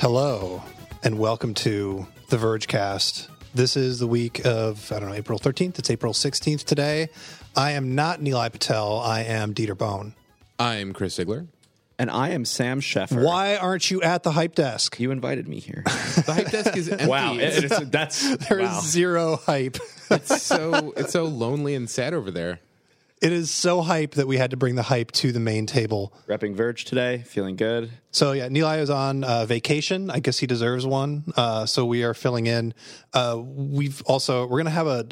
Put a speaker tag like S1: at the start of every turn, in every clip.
S1: Hello, and welcome to the Vergecast. This is the week of, I don't know, April 13th. It's April 16th today. I am not Neil Patel. I am Dieter Bone.
S2: I'm Chris Ziegler.
S3: And I am Sam Sheffer.
S1: Why aren't you at the hype desk?
S3: You invited me here.
S2: The hype desk is empty. It's,
S3: that's
S1: There is zero hype.
S2: it's so it's so lonely and sad over there.
S1: It is so hype that we had to bring the hype to the main table.
S3: repping Verge today. Feeling good.
S1: So yeah, Neil is on uh, vacation. I guess he deserves one. Uh, so we are filling in. Uh, we've also we're gonna have a,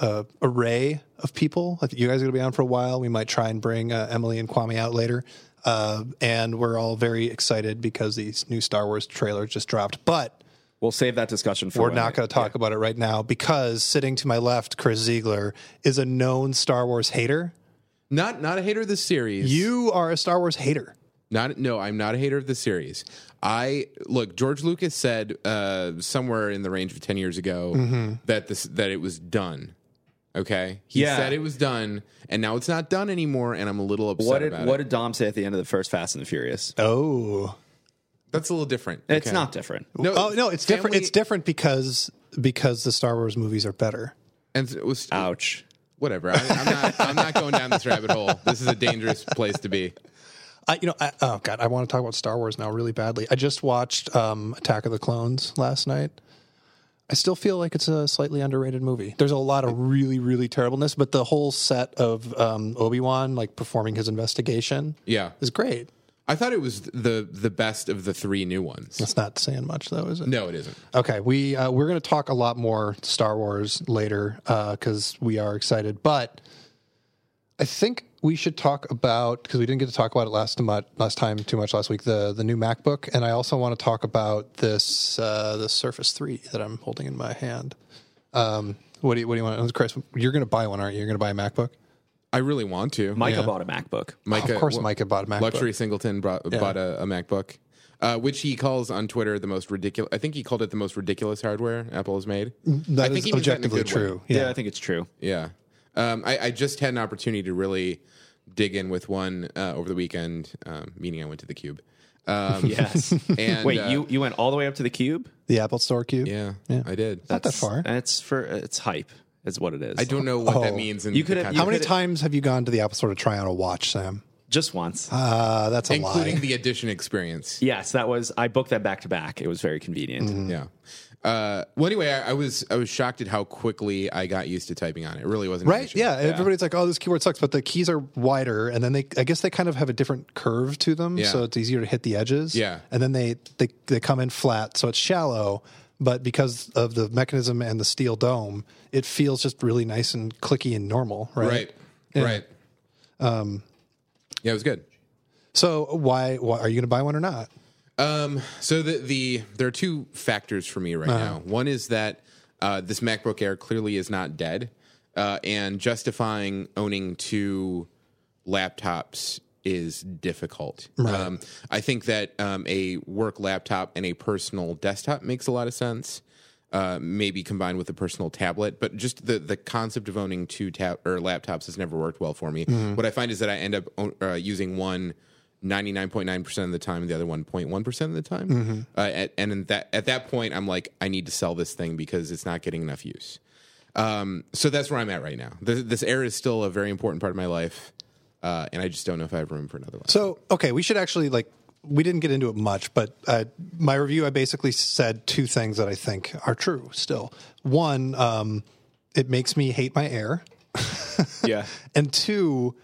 S1: a, a array of people. I think you guys are gonna be on for a while. We might try and bring uh, Emily and Kwame out later. Uh, and we're all very excited because the new Star Wars trailer just dropped. But
S3: We'll save that discussion for
S1: we're
S3: when
S1: not going to talk about it right now because sitting to my left, Chris Ziegler is a known Star Wars hater.
S2: Not not a hater of the series.
S1: You are a Star Wars hater.
S2: not no, I'm not a hater of the series. I look, George Lucas said uh, somewhere in the range of ten years ago
S3: Mm-hmm.
S2: that this that it was done. Okay. He
S3: Yeah.
S2: said it was done, and now it's not done anymore, and I'm a little upset
S3: What did
S2: about
S3: what
S2: it.
S3: did Dom say at the end of the first Fast and the Furious?
S1: Oh,
S2: That's a little different.
S3: It's
S2: Okay.
S3: not different.
S2: No,
S1: oh no, it's different.
S2: family-
S1: It's different because because the Star Wars movies are better.
S2: And it was
S3: Ouch.
S2: whatever. I, I'm not I'm not going down this rabbit hole. This is a dangerous place to be.
S1: I, you know, I, oh god, I want to talk about Star Wars now really badly. I just watched um, Attack of the Clones last night. I still feel like it's a slightly underrated movie. There's a lot of really, really terribleness, but the whole set of um, Obi Wan like performing his investigation
S2: Yeah.
S1: is great.
S2: I thought it was the the best of the three new ones.
S1: It's not saying much though, is it?
S2: No, it isn't.
S1: Okay, we uh, we're going to talk a lot more Star Wars later because we are excited. But I think we should talk about because we didn't get to talk about it last much last time too much last week the the new MacBook, and I also want to talk about this uh, the Surface Three that I'm holding in my hand. Um, what do you what do you want, Chris? You're going to buy one, aren't you? You're going to buy a MacBook.
S2: I really want to.
S3: Micah bought a MacBook.
S2: Micah,
S1: of course,
S2: wha-
S1: Micah bought a MacBook.
S2: Luxury Singleton brought, bought a, a MacBook, uh, which he calls on Twitter the most ridiculous. I think he called it the most ridiculous hardware Apple has made. I
S1: Mm, That
S2: think
S1: is
S2: he means that in a
S1: objectively
S2: good way.
S1: true.
S3: Yeah. I think it's true.
S2: Yeah. Um, I, I just had an opportunity to really dig in with one uh, over the weekend, um, meaning I went to the Cube. Um,
S3: Yes.
S2: And,
S3: Wait,
S2: uh,
S3: you you went all the way up to the cube?
S1: The Apple Store cube.
S2: Yeah,
S1: Yeah.
S2: I did.
S1: not that far.
S3: That's for it's hype. Is what it is.
S2: I don't know what that
S1: Oh.
S2: means. In
S3: You
S2: the
S3: could've- you
S2: context.
S1: How many
S3: could-
S1: times have you gone to the Apple Store to try on a watch, Sam?
S3: just once.
S1: Uh, that's a lie.
S2: including the edition experience.
S3: yes, that was. I booked that back to back. It was very convenient.
S2: Yeah. Uh, well, anyway, I, I was I was shocked at how quickly I got used to typing on it. It really wasn't an
S1: Right?
S2: issue.
S1: Yeah. Everybody's like, "Oh, this keyword sucks," but the keys are wider, and then they, I guess, they kind of have a different curve to them,
S2: Yeah.
S1: so it's easier to hit the edges.
S2: Yeah.
S1: And then they they they come in flat, so it's shallow. But because of the mechanism and the steel dome, it feels just really nice and clicky and normal. Right. Um,
S2: Right. Right. Um, yeah, it was good.
S1: So why, why are you going to buy one or not?
S2: Um, so the the there are two factors for me right
S1: Uh-huh.
S2: now. One is that uh, this MacBook Air clearly is not dead, uh, and justifying owning two laptops is difficult. Um, I think that um, a work laptop and a personal desktop makes a lot of sense. Uh, maybe combined with a personal tablet, but just the the concept of owning two tab or laptops has never worked well for me.
S1: Mm-hmm.
S2: What I find is that I end up own- uh, using one 99.9% of the time, the other 1.1% of the time.
S1: Mm-hmm.
S2: Uh, at, and in that, at that point, I'm like, I need to sell this thing because it's not getting enough use. Um, so that's where I'm at right now. This, this air is still a very important part of my life. Uh, and I just don't know if I have room for another one.
S1: So okay, we should actually like we didn't get into it much, but uh, my review I basically said two things that I think are true still. One, um, it makes me hate my air.
S3: Yeah.
S1: And two,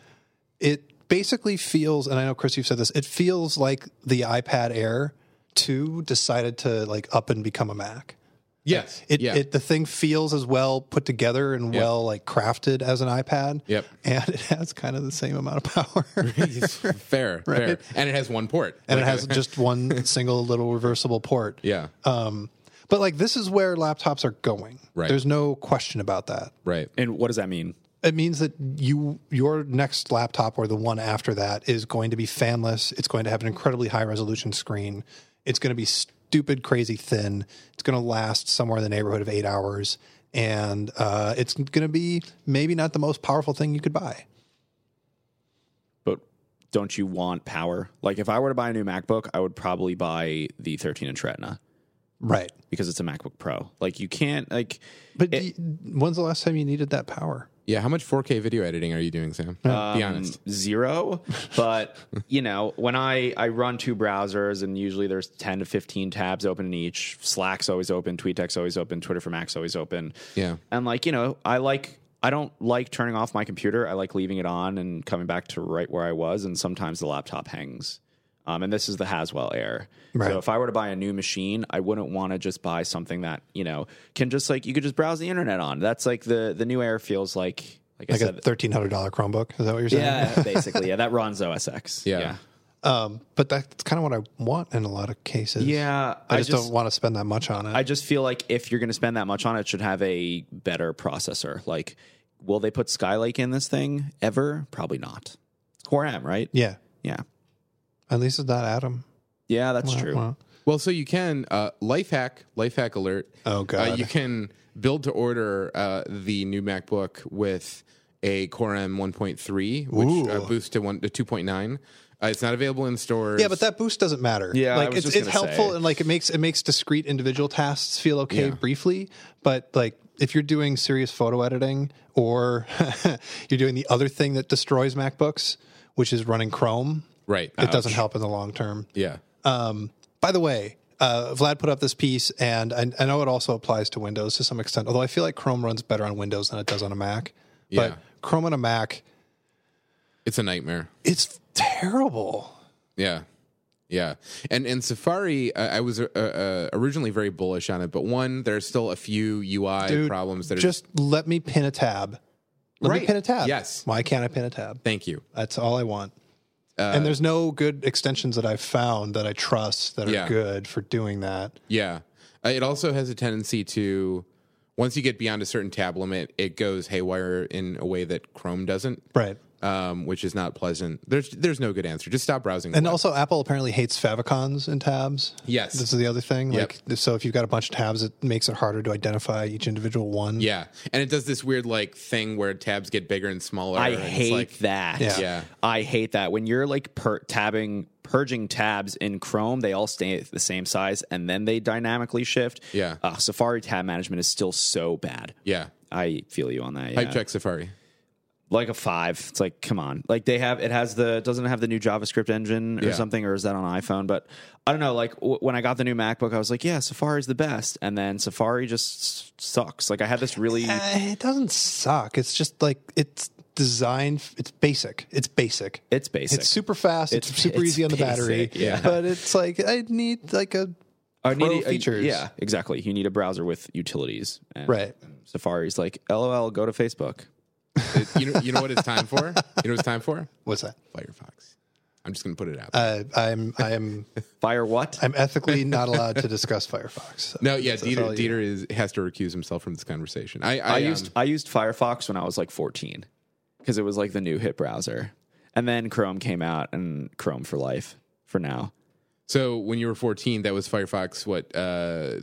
S1: it basically feels, and I know Chris, you've said this, it feels like the iPad Air 2 decided to like up and become a Mac.
S2: yes.
S1: It,
S2: yeah.
S1: it the thing feels as well put together and well like crafted as an iPad.
S2: Yep.
S1: And it has kind of the same amount of power.
S2: fair. Fair. And it has one port.
S1: and it has just one single little reversible port.
S2: Yeah.
S1: uh, But like this is where laptops are going.
S2: Right.
S1: There's no question about that.
S2: right.
S3: And what does that mean?
S1: it means that you your next laptop or the one after that is going to be fanless it's going to have an incredibly high resolution screen it's going to be stupid crazy thin it's going to last somewhere in the neighborhood of eight hours and uh, it's going to be maybe not the most powerful thing you could buy
S3: But don't you want power? Like if I were to buy a new MacBook, I would probably buy the 13 inch Retina
S1: Right.
S3: because it's a MacBook Pro. Like you can't like
S1: But do you- when's the last time you needed that power?
S2: Yeah, how much 4K video editing are you doing, Sam? Be
S1: Um,
S2: honest.
S3: zero but you know when i i run two browsers and usually there's 10 to 15 tabs open in each slack's always open tweetek's always open twitter for mac's always open
S2: Yeah.
S3: and like you know i like i don't like turning off my computer i like leaving it on and coming back to right where i was and sometimes the laptop hangs um, and this is the haswell air
S1: Right.
S3: so if i were to buy a new machine i wouldn't want to just buy something that you know can just like you could just browse the internet on that's like the the new air feels like like, I
S1: Like a
S3: said,
S1: thirteen hundred dollar Chromebook? Is that what you're saying?
S3: yeah, basically. Yeah, that runs OS X.
S2: Yeah.
S3: Yeah.
S1: Um, but that's kind of what I want in a lot of cases.
S3: Yeah,
S1: I just, don't want to spend that much on it.
S3: I just feel like if you're going to spend that much on it, it should have a better processor. Like, will they put Skylake in this thing ever? Probably not. Core M, right?
S1: yeah.
S3: Yeah.
S1: At least it's not Adam.
S3: Yeah, that's true.
S1: Well,
S2: Well, so you can uh, life hack, life hack alert.
S1: Oh,
S2: Uh,
S1: God.
S2: you can build to order uh, the new MacBook with a Core M 1.3, which uh,
S1: Ooh.
S2: boosts to one to 2.9. Uh, it's not available in stores.
S1: Yeah, but that boost doesn't matter.
S3: Yeah, I
S1: like
S3: was
S1: it's,
S3: just
S1: it's
S3: gonna
S1: helpful
S3: say.
S1: and like it makes it makes discrete individual tasks feel okay briefly, but like if you're doing serious photo editing or you're doing the other thing that destroys MacBooks, which is running Chrome,
S2: right. Uh,
S1: it doesn't help in the long term.
S2: yeah.
S1: By the way, uh, Vlad put up this piece, and I, I know it also applies to Windows to some extent. Although I feel like Chrome runs better on Windows than it does on a Mac.
S2: Yeah.
S1: But Chrome on a Mac,
S2: It's a nightmare.
S1: it's terrible.
S2: Yeah, yeah, and and Safari, uh, I was uh, uh, originally very bullish on it, but one, there's still a few UI
S1: Dude,
S2: problems that are
S1: Just let me pin a tab. Let me
S2: Right.
S1: pin a tab.
S2: Yes.
S1: Why can't I pin a tab?
S2: Thank you.
S1: That's all I want.
S2: Uh,
S1: and there's no good extensions that I've found that I trust that are
S2: Yeah.
S1: good for doing that.
S2: Yeah, uh, it also has a tendency to. Once you get beyond a certain tab limit, it goes haywire in a way that Chrome doesn't,
S1: Right.
S2: um, which is not pleasant. There's there's no good answer. Just stop browsing.
S1: And also, Apple apparently hates favicons and tabs.
S2: Yes.
S1: This is the other thing.
S2: Yep.
S1: Like, so if you've got a bunch of tabs, it makes it harder to identify each individual one.
S2: yeah, and it does this weird like thing where tabs get bigger and smaller.
S3: I
S2: and it's
S3: hate
S2: like-
S3: that.
S1: Yeah.
S2: Yeah.
S3: I hate that. When you're like per- tabbing, purging tabs in Chrome, they all stay the same size and then they dynamically shift.
S2: Yeah.
S3: Uh, Safari tab management is still so bad.
S2: Yeah,
S3: I feel you on that.
S2: type
S3: yeah.
S2: check Safari.
S3: like a five. It's like, come on. Like they have, it has the, doesn't it have the new JavaScript engine or
S2: Yeah.
S3: something, or is that on iPhone? But I don't know. Like w- when I got the new MacBook, I was like, yeah, Safari's the best. And then Safari just s- sucks. Like I had this really,
S1: Uh, it doesn't suck. It's just like it's designed. It's basic. It's basic.
S3: it's basic.
S1: It's super fast. It's,
S3: It's-
S1: super
S3: it's
S1: easy on the battery.
S3: basic, yeah.
S1: But it's like I need like a
S3: I
S1: pro
S3: need a-
S1: features.
S3: yeah, exactly. You need a browser with utilities. And
S1: Right.
S3: Safari's like, lol, go to Facebook.
S2: It- you know, you know what it's time for? You know what it's time for?
S1: what's that?
S2: Firefox. I'm just gonna put it out. there.
S1: Uh, I'm I'm
S3: Fire what?
S1: I'm ethically not allowed to discuss Firefox. So
S2: No, yeah, Dieter,
S1: all you-
S2: Dieter is, has to recuse himself from this conversation. I, I,
S3: I
S2: um,
S3: used I used Firefox when I was like 14 because it was like the new hit browser. And then Chrome came out and Chrome for life for now.
S2: so when you were 14, that was Firefox, what, uh, 3.0,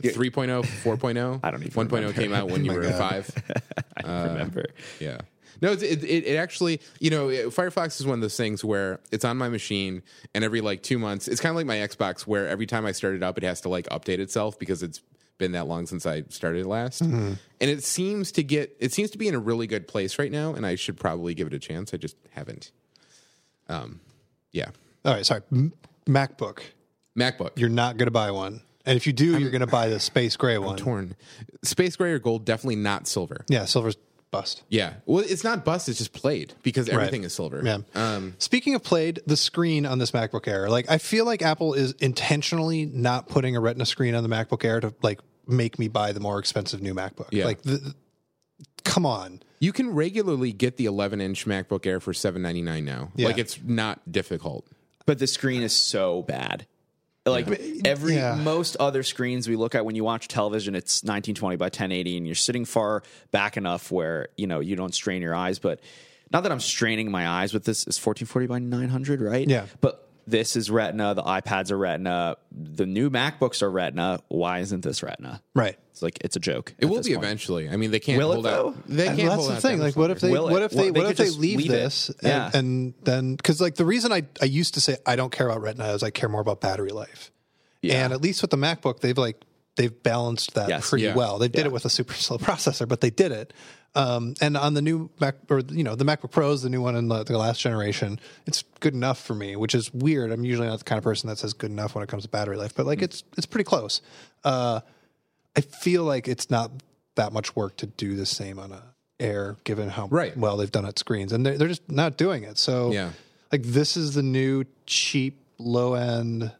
S2: 4.0?
S3: I don't even
S2: 1.0 came out when you were five.
S3: I
S1: Uh,
S3: remember.
S2: Yeah. No, it's- it, it, it actually, you know, it- Firefox is one of those things where it's on my machine and every like two months, it's kind of like my Xbox where every time I start it up, it has to like update itself because it's been that long since I started it last.
S3: Mm-hmm.
S2: And it seems to get, it seems to be in a really good place right now. And I should probably give it a chance. I just haven't. Um, yeah.
S1: All right, sorry. M- MacBook.
S2: MacBook.
S1: You're not going to buy one. And if you do, you're going to buy the space gray one.
S2: torn. Space gray or gold, definitely not silver.
S1: Yeah, silver's bust.
S2: Yeah. Well, it's not bust, it's just played because everything is silver. Um,
S1: Yeah. Speaking of played, the screen on this MacBook Air, like I feel like Apple is intentionally not putting a Retina screen on the MacBook Air to like make me buy the more expensive new MacBook.
S2: Yeah.
S1: Like, the, come on.
S2: You can regularly get the 11 inch MacBook Air for 7.99 now.
S1: Yeah.
S2: Like it's not difficult.
S3: But the screen is so bad. Like every
S1: yeah.
S3: most other screens we look at when you watch television, it's 1920 by 1080, and you're sitting far back enough where you know you don't strain your eyes. But not that I'm straining my eyes with this. It's 1440 by 900, right?
S1: Yeah.
S3: But this is Retina, the iPads are Retina, the new MacBooks are Retina. Why isn't this Retina?
S1: Right.
S3: It's like it's a joke.
S2: It will be eventually. I mean, they can't
S3: Will it,
S2: hold
S3: though?
S2: out. They
S1: And
S2: can't
S1: that's
S2: hold
S1: the
S2: out
S1: thing.
S2: that
S1: Like,
S2: much
S1: what if
S2: longer.
S1: they,
S3: Will it?
S1: what if they,
S3: Well, they
S1: what if
S3: could
S1: they
S3: just
S1: leave
S3: leave it.
S1: this? And,
S3: Yeah.
S1: and then, because like the reason I I used to say I don't care about Retina is I care more about battery life. And at least with the MacBook, they've like they've balanced that
S3: Yes.
S1: pretty
S2: Yeah.
S1: well. They did it with a super slow processor, but they did it. Um, and on the new Mac or you know the MacBook Pros, the new one in the, the last generation, it's good enough for me, which is weird. I'm usually not the kind of person that says good enough when it comes to battery life, but like
S3: Hmm.
S1: it's it's pretty close. Uh, I feel like it's not that much work to do the same on a Air, given how
S2: Right.
S1: well they've done at screens, and they're they're just not doing it. So
S2: Yeah.
S1: like this is the new cheap low end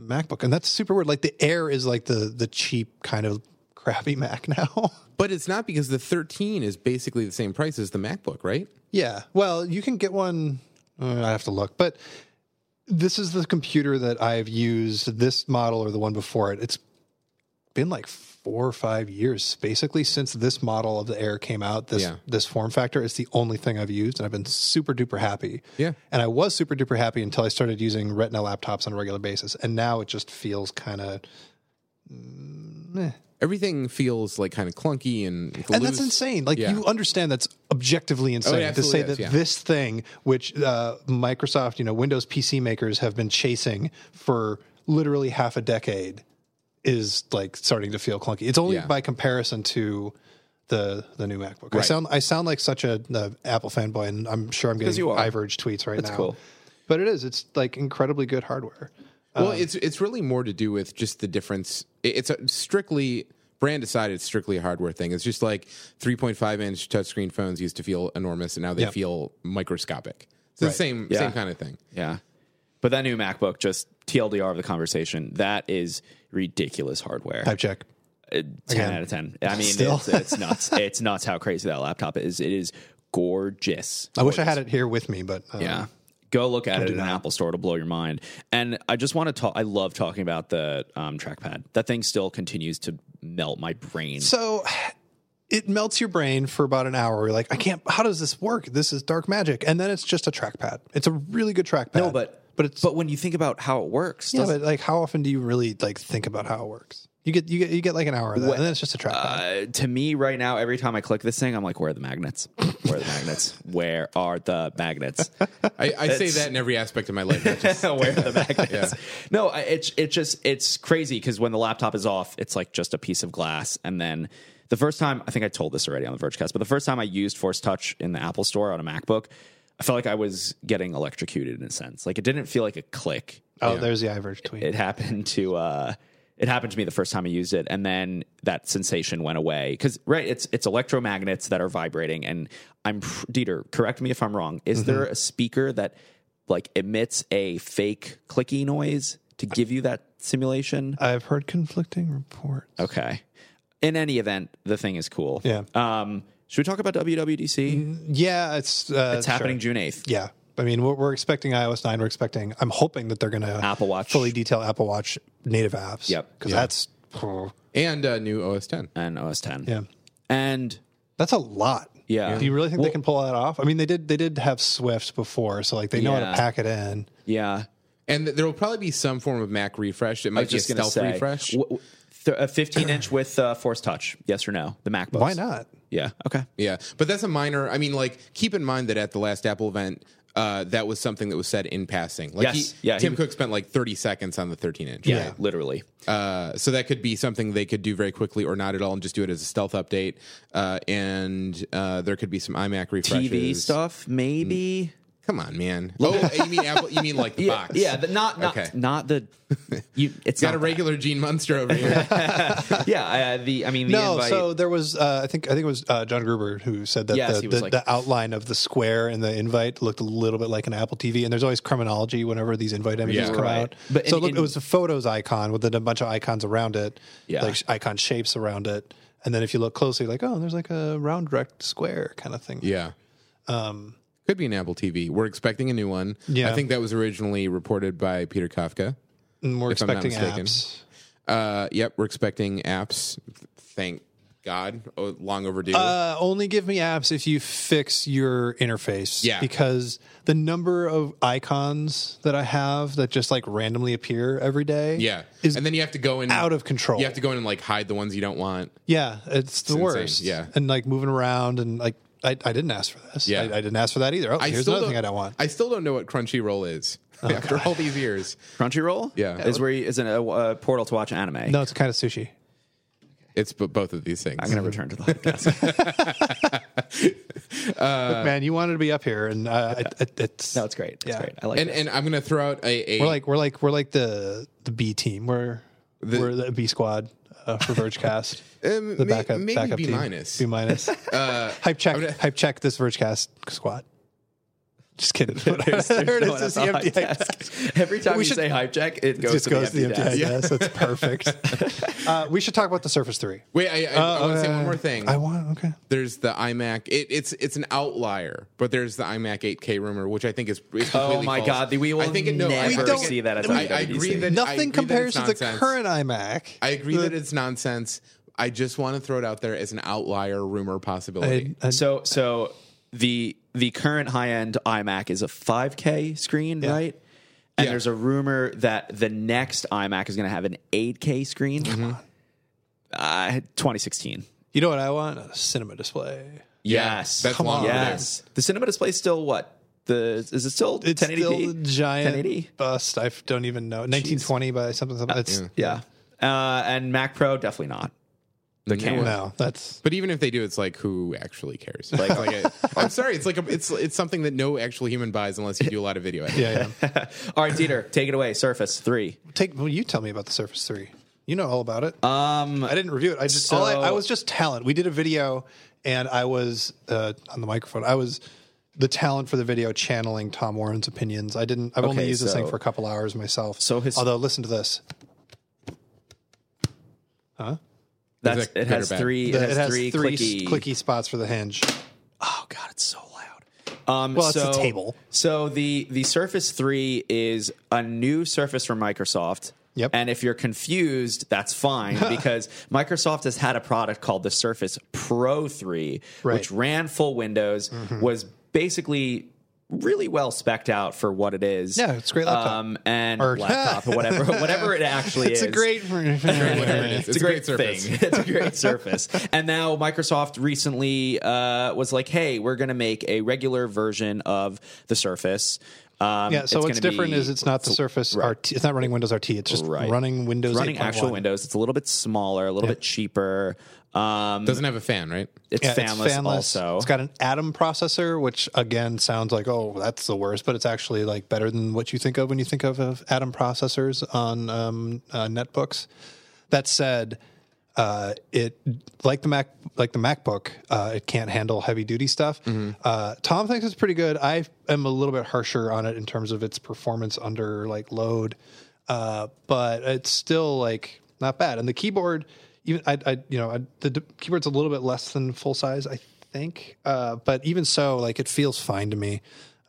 S1: MacBook, and that's super weird. Like the Air is like the the cheap kind of crappy Mac now.
S2: But it's not because the 13 is basically the same price as the MacBook, right?
S1: yeah, well, you can get one. uh, I have to look, but this is the computer that I've used. This model or the one before it. It's been like four or five years, basically, since this model of the Air came out. This
S2: Yeah.
S1: this form factor. It's the only thing I've used, and I've been super duper happy.
S2: Yeah.
S1: And I was super duper happy until I started using Retina laptops on a regular basis, and now it just feels kind of.
S2: Everything feels like kind of clunky and
S1: and that's
S2: loose.
S1: insane. Like
S2: Yeah.
S1: you understand that's objectively insane to
S2: absolutely
S1: say
S2: is,
S1: that
S2: yeah.
S1: this thing, which uh, Microsoft, you know, Windows PC makers have been chasing for literally half a decade, is like starting to feel clunky. It's only
S2: Yeah.
S1: by comparison to the the new MacBook. I
S2: Right.
S1: sound I sound like such a, a Apple fanboy, and I'm sure I'm getting
S3: you are.
S1: Iverge tweets right now.
S3: cool.
S1: But it is. It's like incredibly good hardware.
S3: Um,
S2: Well, it's it's really more to do with just the difference. It- It's a strictly brand aside. It's strictly a hardware thing. It's just like 3.5 inch touchscreen phones used to feel enormous, and now they
S1: Yep.
S2: feel microscopic. It's the same
S3: Yeah.
S2: same kind of thing.
S3: Yeah. But that new MacBook, just TLDR of the conversation, that is ridiculous hardware.
S1: Type check.
S3: Uh, 10 out of 10. I mean,
S1: Still.
S3: it's, it's nuts. it's nuts how crazy that laptop is. It is gorgeous.
S1: I wish I had it here with me, but um,
S3: Yeah. Go look at it in an Apple store. It'll blow your mind. And I just want to talk. I love talking about the um, trackpad. That thing still continues to melt my brain.
S1: So it melts your brain for about an hour. You're like, I can't. How does this work? This is dark magic. And then it's just a trackpad. It's a really good trackpad.
S3: no, but
S1: but it's
S3: but when you think about how it works,
S1: yeah,
S3: doesn't-
S1: but like, how often do you really like think about how it works? You get you get you get like an hour of that, and then it's just a trackpad.
S3: uh, to me right now, every time I click this thing, I'm like, where are the magnets? Where are the magnets? Where are the magnets?
S2: I, I say that in every aspect of my life. not just-
S3: Where are the magnets? No, I- it's it just it's crazy because when the laptop is off, it's like just a piece of glass. And then the first time, I think I told this already on the Vergecast, but the first time I used Force Touch in the Apple Store on a MacBook, I felt like I was getting electrocuted in a sense. Like it didn't feel like a click.
S1: oh, there's the iVerge tweet.
S3: It happened to uh, it happened to me the first time I used it, and then that sensation went away because right, it's it's electromagnets that are vibrating, and I'm pr- Dieter. Correct me if I'm wrong. Is
S1: Mm-hmm.
S3: there a speaker that like emits a fake clicky noise to give you that simulation?
S1: I've heard conflicting reports.
S3: Okay. In any event, the thing is cool.
S1: Yeah. Mm-hmm.
S3: Um, should we talk about WWDC?
S1: Yeah, it's uh,
S3: It's happening June eighth.
S1: Yeah. I mean, we're, we're expecting iOS 9. We're expecting, I'm hoping that they're going to
S3: Apple Watch.
S1: fully detail Apple Watch native apps.
S3: Yep.
S1: Because
S2: Yeah.
S1: that's,
S2: and uh, new OS 10.
S3: And OS ten.
S1: yeah.
S3: And
S1: That's a lot.
S3: Yeah.
S1: Do you really think they can pull that off? I mean, they did. They did have Swift before, so like they know how
S3: Yeah.
S1: to pack it in.
S3: yeah.
S2: And th- there will probably be some form of Mac refresh. It might be a
S3: just gonna
S2: stealth
S3: say,
S2: refresh.
S3: w- w- th- a 15 inch with uh, Force Touch, yes or no? The MacBooks.
S1: Why not?
S3: Yeah. Okay.
S2: Yeah, but that's a minor. I mean, like, keep in mind that at the last Apple event, uh, that was something that was said in passing. Like,
S3: Yes.
S2: he,
S3: Yeah,
S2: Tim
S3: he-
S2: Cook spent like 30 seconds on the 13 inch.
S3: Yeah, literally.
S2: Uh, so that could be something they could do very quickly or not at all and just do it as a stealth update. Uh, and uh, there could be some iMac refreshes.
S3: TV stuff, maybe.
S2: Come on, man. Oh, you mean Apple? You mean like the
S3: Yeah,
S2: box?
S3: yeah, the, not not
S2: Okay.
S3: not the. You, it's
S2: Got
S3: not
S2: a
S3: a regular.
S2: regular Gene Munster over here.
S3: Yeah, uh, the I mean the
S1: No,
S3: invite.
S1: so there was. Uh, I think. I think it was uh, John Gruber who said that
S3: Yes,
S1: the,
S3: he was
S1: the,
S3: like-
S1: the outline of the square and the invite looked a little bit like an Apple TV. And there's always criminology whenever these invite images
S2: Yeah.
S1: come
S3: Right.
S1: out.
S3: But
S1: so
S3: in-
S1: look,
S3: in-
S1: it was the photos icon with then a bunch of icons around it,
S3: Yeah.
S1: like icon shapes around it. And then if you look closely, like oh, there's like a round rect square kind of thing.
S2: yeah. Um, could be an Apple TV. We're expecting a new one.
S1: Yeah.
S2: I think that was originally reported by Peter Kafka.
S1: And we're
S2: If I'm not
S1: expecting
S2: mistaken.
S1: apps.
S2: Uh, yep, we're expecting apps. Thank God, oh, long overdue.
S1: Uh, only give me apps if you fix your interface.
S2: Yeah.
S1: Because the number of icons that I have that just like randomly appear every day.
S2: yeah,
S1: Is
S2: and then you have to go in
S1: out of control.
S2: You have to go in and like hide the ones you don't want.
S1: yeah. It's the
S2: insane,
S1: worst.
S2: yeah.
S1: And like moving around and like, I, I didn't ask for this.
S2: Yeah.
S1: I, I didn't ask for that either. Oh, here's
S2: still
S1: another thing I don't want.
S2: I still don't know what Crunchyroll is after all these years.
S3: Crunchyroll,
S2: Yeah.
S3: is where you, is an, a, a portal to watch anime.
S1: No, it's kind of sushi.
S2: It's b- both of these things.
S3: I'm gonna return to the podcast.
S2: Uh,
S1: Look, man, you wanted to be up here, and uh, it, it, it's
S3: no, it's great. It's
S1: Yeah.
S3: great. I like
S2: and
S3: it.
S2: and I'm gonna throw out a, a
S1: we're like we're like we're like the the B team. We're we're the B squad uh, for Vergecast.
S2: um,
S1: the
S2: may-
S1: backup
S2: maybe
S1: backup
S2: B
S1: team.
S2: minus. Uh,
S1: B minus. hype check. hype check. This Vergecast squad. Just kidding. There it
S3: No,
S1: is, it's
S3: that's not
S1: the empty
S3: hype
S1: hype
S3: check. Every time
S1: We
S3: we
S1: should-
S3: say hype check, it goes,
S1: just
S3: to,
S1: goes to
S3: the
S1: the empty head.
S3: desk.
S1: Yes, that's perfect. uh, we should talk about the Surface Three.
S2: Wait, I, I, I want to say one more thing.
S1: uh, I want okay.
S2: there's the iMac. It, it's it's an outlier, but there's the iMac 8K rumor, which I think is, is
S3: Oh
S2: completely
S3: my
S2: false.
S3: god, we will
S2: I think it- no, I
S3: never
S2: think
S1: don't-
S2: it-
S3: see that as
S1: we-
S2: I, I
S3: WWDC.
S2: agree that I agree
S1: Nothing
S2: that
S1: compares
S2: it's
S1: to the
S2: nonsense.
S1: current iMac. Uh,
S2: I agree
S1: The-
S2: that it's nonsense. I just want to throw it out there as an outlier rumor possibility.
S1: I- I-
S3: So so the the current high end iMac is a 5K screen, right? And
S2: Yeah.
S3: there's a rumor that the next iMac is going to have an 8K screen. Uh, 2016.
S1: you know what I want? A cinema display.
S2: Yeah,
S3: yes.
S2: that's
S1: Come
S2: long
S1: on.
S2: overdue.
S3: Yes. The cinema display is still what? The is it still
S1: It's
S3: 1080p?
S1: still a giant
S3: 1080?
S1: bust. I f- don't even know. 1920 by something. something. It's,
S3: Yeah. Uh, and Mac Pro definitely not.
S2: The camera.
S1: No, that's
S2: But even if they do, it's like who actually cares? Like, like it, I'm sorry, it's like a, it's it's something that no actual human buys unless you do a lot of video. editing.
S1: yeah. yeah.
S3: All right, Dieter, take it away. Surface 3.
S1: Take well, you tell me about the Surface Three. You know all about it.
S3: Um
S1: I didn't review it. I just all I,
S3: so-
S1: I was just talent. We did a video, and I was uh, on the microphone. I was the talent for the video, channeling Tom Warren's opinions. I didn't. I've only
S3: Okay,
S1: used this thing
S3: so-
S1: for a couple hours myself.
S3: So his-
S1: although listen to this.
S3: that's
S2: that
S3: it
S2: good
S3: has
S2: or bad?
S3: three
S1: The-
S3: it has, three,
S1: s-
S3: clicky
S1: clicky spots for the hinge.
S3: Oh god, it's so loud. Um,
S1: Well, it's
S3: so,
S1: a table.
S3: So the the Surface Three is a new Surface from Microsoft.
S1: Yep.
S3: And if you're confused, that's fine because Microsoft has had a product called the Surface Pro 3,
S1: Right. Mm-hmm.
S3: which ran full Windows, was basically really well specced out for what it is.
S1: Yeah, it's a great laptop.
S3: Um, and
S1: Or-
S3: laptop or whatever, whatever it actually
S1: It's
S3: is
S1: a great.
S2: Whatever it is,
S3: it's, a great, thing. it's a great surface. And now Microsoft recently uh, was like, "Hey, we're going to make a regular version of the Surface." Um,
S1: Yeah. So
S3: it's
S1: what's
S3: gonna
S1: different
S3: be-
S1: is it's not the Surface RT. It's not running Windows RT. It's just
S3: Right.
S1: running Windows.
S3: it's running
S1: 8.1.
S3: actual Windows. It's a little bit smaller, a little bit cheaper. Um,
S2: Doesn't have a fan, right?
S3: it's,
S1: Yeah,
S3: fanless also.
S1: It's got an Atom processor, which again sounds like oh that's the worst, but it's actually like better than what you think of when you think of, of Atom processors on um, uh, netbooks. That said, uh, it like the Mac like the MacBook, uh, it can't handle heavy duty stuff. Uh, Tom thinks it's pretty good. I am a little bit harsher on it in terms of its performance under like load, uh, but it's still like not bad. And the keyboard, even I, I you know I, the d- keyboard's a little bit less than full size, I think. Uh, but even so, like it feels fine to me.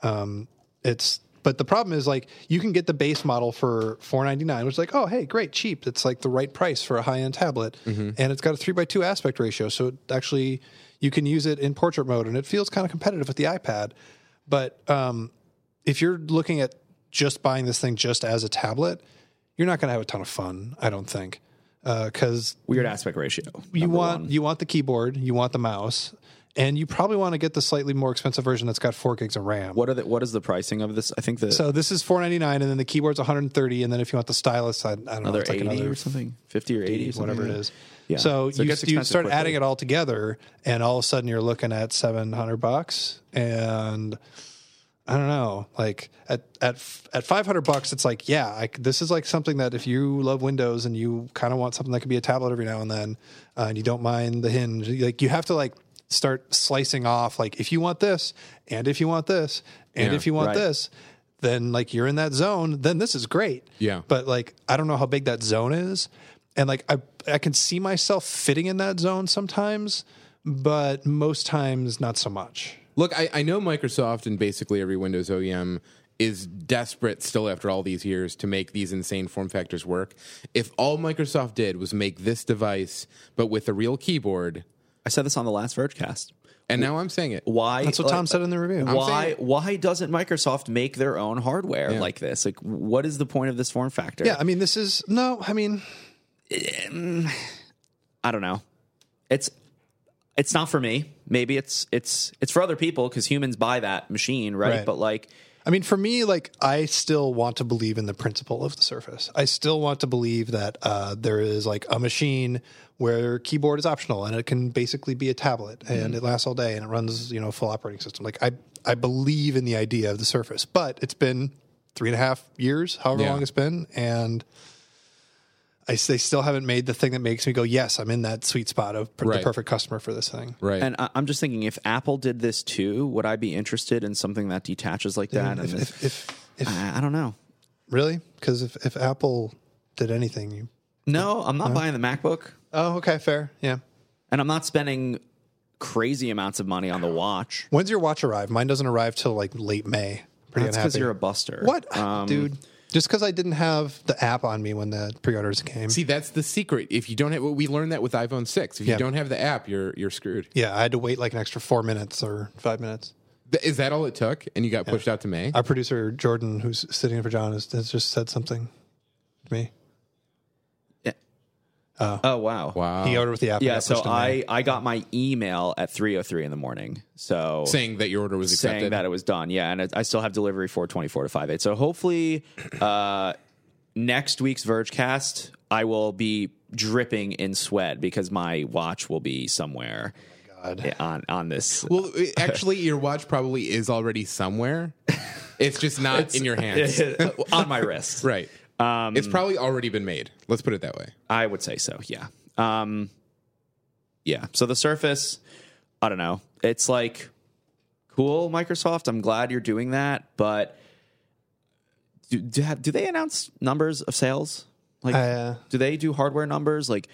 S1: Um, it's but the problem is like you can get the base model for four ninety nine, which is like, oh hey, great, cheap. It's like the right price for a high end tablet.
S3: Mm-hmm.
S1: And it's got a three by two aspect ratio. So it actually you can use it in portrait mode and it feels kind of competitive with the iPad. But um, if you're looking at just buying this thing just as a tablet, you're not gonna have a ton of fun, I don't think. because
S3: Weird aspect ratio.
S1: you
S3: number
S1: want
S3: one.
S1: you want the keyboard, you want the mouse, and you probably want to get the slightly more expensive version that's got four gigs of RAM.
S3: what are the, what is the pricing of this? I think the
S1: So this is four ninety nine, and then the keyboard's one hundred and thirty, and then if you want the stylus, I, I don't know,
S3: another
S1: it's like
S3: eighty
S1: another
S3: or something, fifty or eighty, something
S1: whatever
S3: like
S1: it
S3: that.
S1: is.
S3: Yeah.
S1: So,
S3: So
S1: you,
S3: it gets
S1: you
S3: expensive
S1: start
S3: quickly.
S1: adding it all together, and all of a sudden you're looking at seven hundred bucks, and I don't know, like at at f- at five hundred bucks, it's like yeah, I c this is like something that if you love Windows and you kind of want something that could be a tablet every now and then, uh, and you don't mind the hinge, like you have to like start slicing off like if you want this and if you want this and
S2: Yeah.
S1: if you want
S3: Right.
S1: this then like you're in that zone then this is great
S2: Yeah.
S1: but like I don't know how big that zone is, and like I I can see myself fitting in that zone sometimes, but most times not so much.
S2: Look, I, I know Microsoft and basically every Windows OEM is desperate still after all these years to make these insane form factors work. If all Microsoft did was make this device, but with a real keyboard,
S3: I said this on the last Vergecast.
S2: and now I'm saying it.
S3: Why?
S1: That's what Tom said in the review.
S2: I'm
S3: Why?
S2: saying-
S3: Why doesn't Microsoft make their own hardware
S2: Yeah.
S3: like this? Like, what is the point of this form factor?
S1: Yeah, I mean, this is no. I mean,
S3: I don't know. It's it's not for me. Maybe it's it's it's for other people because humans buy that machine, right?
S1: Right.
S3: But like,
S1: I mean, for me, like I still want to believe in the principle of the Surface. I still want to believe that uh, there is like a machine where keyboard is optional and it can basically be a tablet
S2: Mm-hmm.
S1: and it lasts all day and it runs you know full operating system. Like I I believe in the idea of the Surface, but it's been three and a half years, however
S2: Yeah.
S1: long it's been, and. I, s- they still haven't made the thing that makes me go, yes, I'm in that sweet spot of per-
S2: Right.
S1: the perfect customer for this thing.
S2: Right.
S3: and I, I'm just thinking, if Apple did this too, would I be interested in something that detaches like that? and this-
S1: If, if, if
S3: I, I don't know.
S1: Really? Because if, if Apple did anything, you.
S3: No, I'm not buying the MacBook,
S1: Oh, okay, fair. Yeah.
S3: and I'm not spending crazy amounts of money on the watch.
S1: When's your watch arrive? Mine doesn't arrive till like late May. Pretty
S3: That's because
S1: unhappy.
S3: you're a buster.
S1: what,
S3: Um,
S1: dude? Just because I didn't have the app on me when the pre-orders came.
S2: See, that's the secret. If you don't have, we learned that with iPhone six. If you
S1: Yeah.
S2: don't have the app, you're you're screwed.
S1: yeah, I had to wait like an extra four minutes or five minutes.
S2: Th- Is that all it took? And you got pushed out to May.
S1: Our producer Jordan, who's sitting in for John, has, has just said something to me.
S3: Oh wow.
S2: wow.
S1: He ordered with the app. and
S3: Yeah,
S1: got
S3: so
S1: pushed in May.
S3: I, I got my email at 3.03 in the morning. So
S2: saying that your order was
S3: saying
S2: accepted.
S3: that it was done. Yeah, and I- I still have delivery for 24 to 58. So hopefully uh, next week's Vergecast, I will be dripping in sweat because my watch will be somewhere
S1: God.
S3: on, on this.
S2: well, i- actually, your watch probably is already somewhere. It's just not in your hands.
S3: on my wrist.
S2: right.
S3: Um,
S2: it's probably already been made. Let's put it that way.
S3: I would say so. Yeah. Um, yeah. So the Surface, I don't know. It's like cool, Microsoft. I'm glad you're doing that, but do do, ha- do they announce numbers of sales? Like,
S1: Uh,
S3: do they do hardware numbers? Like,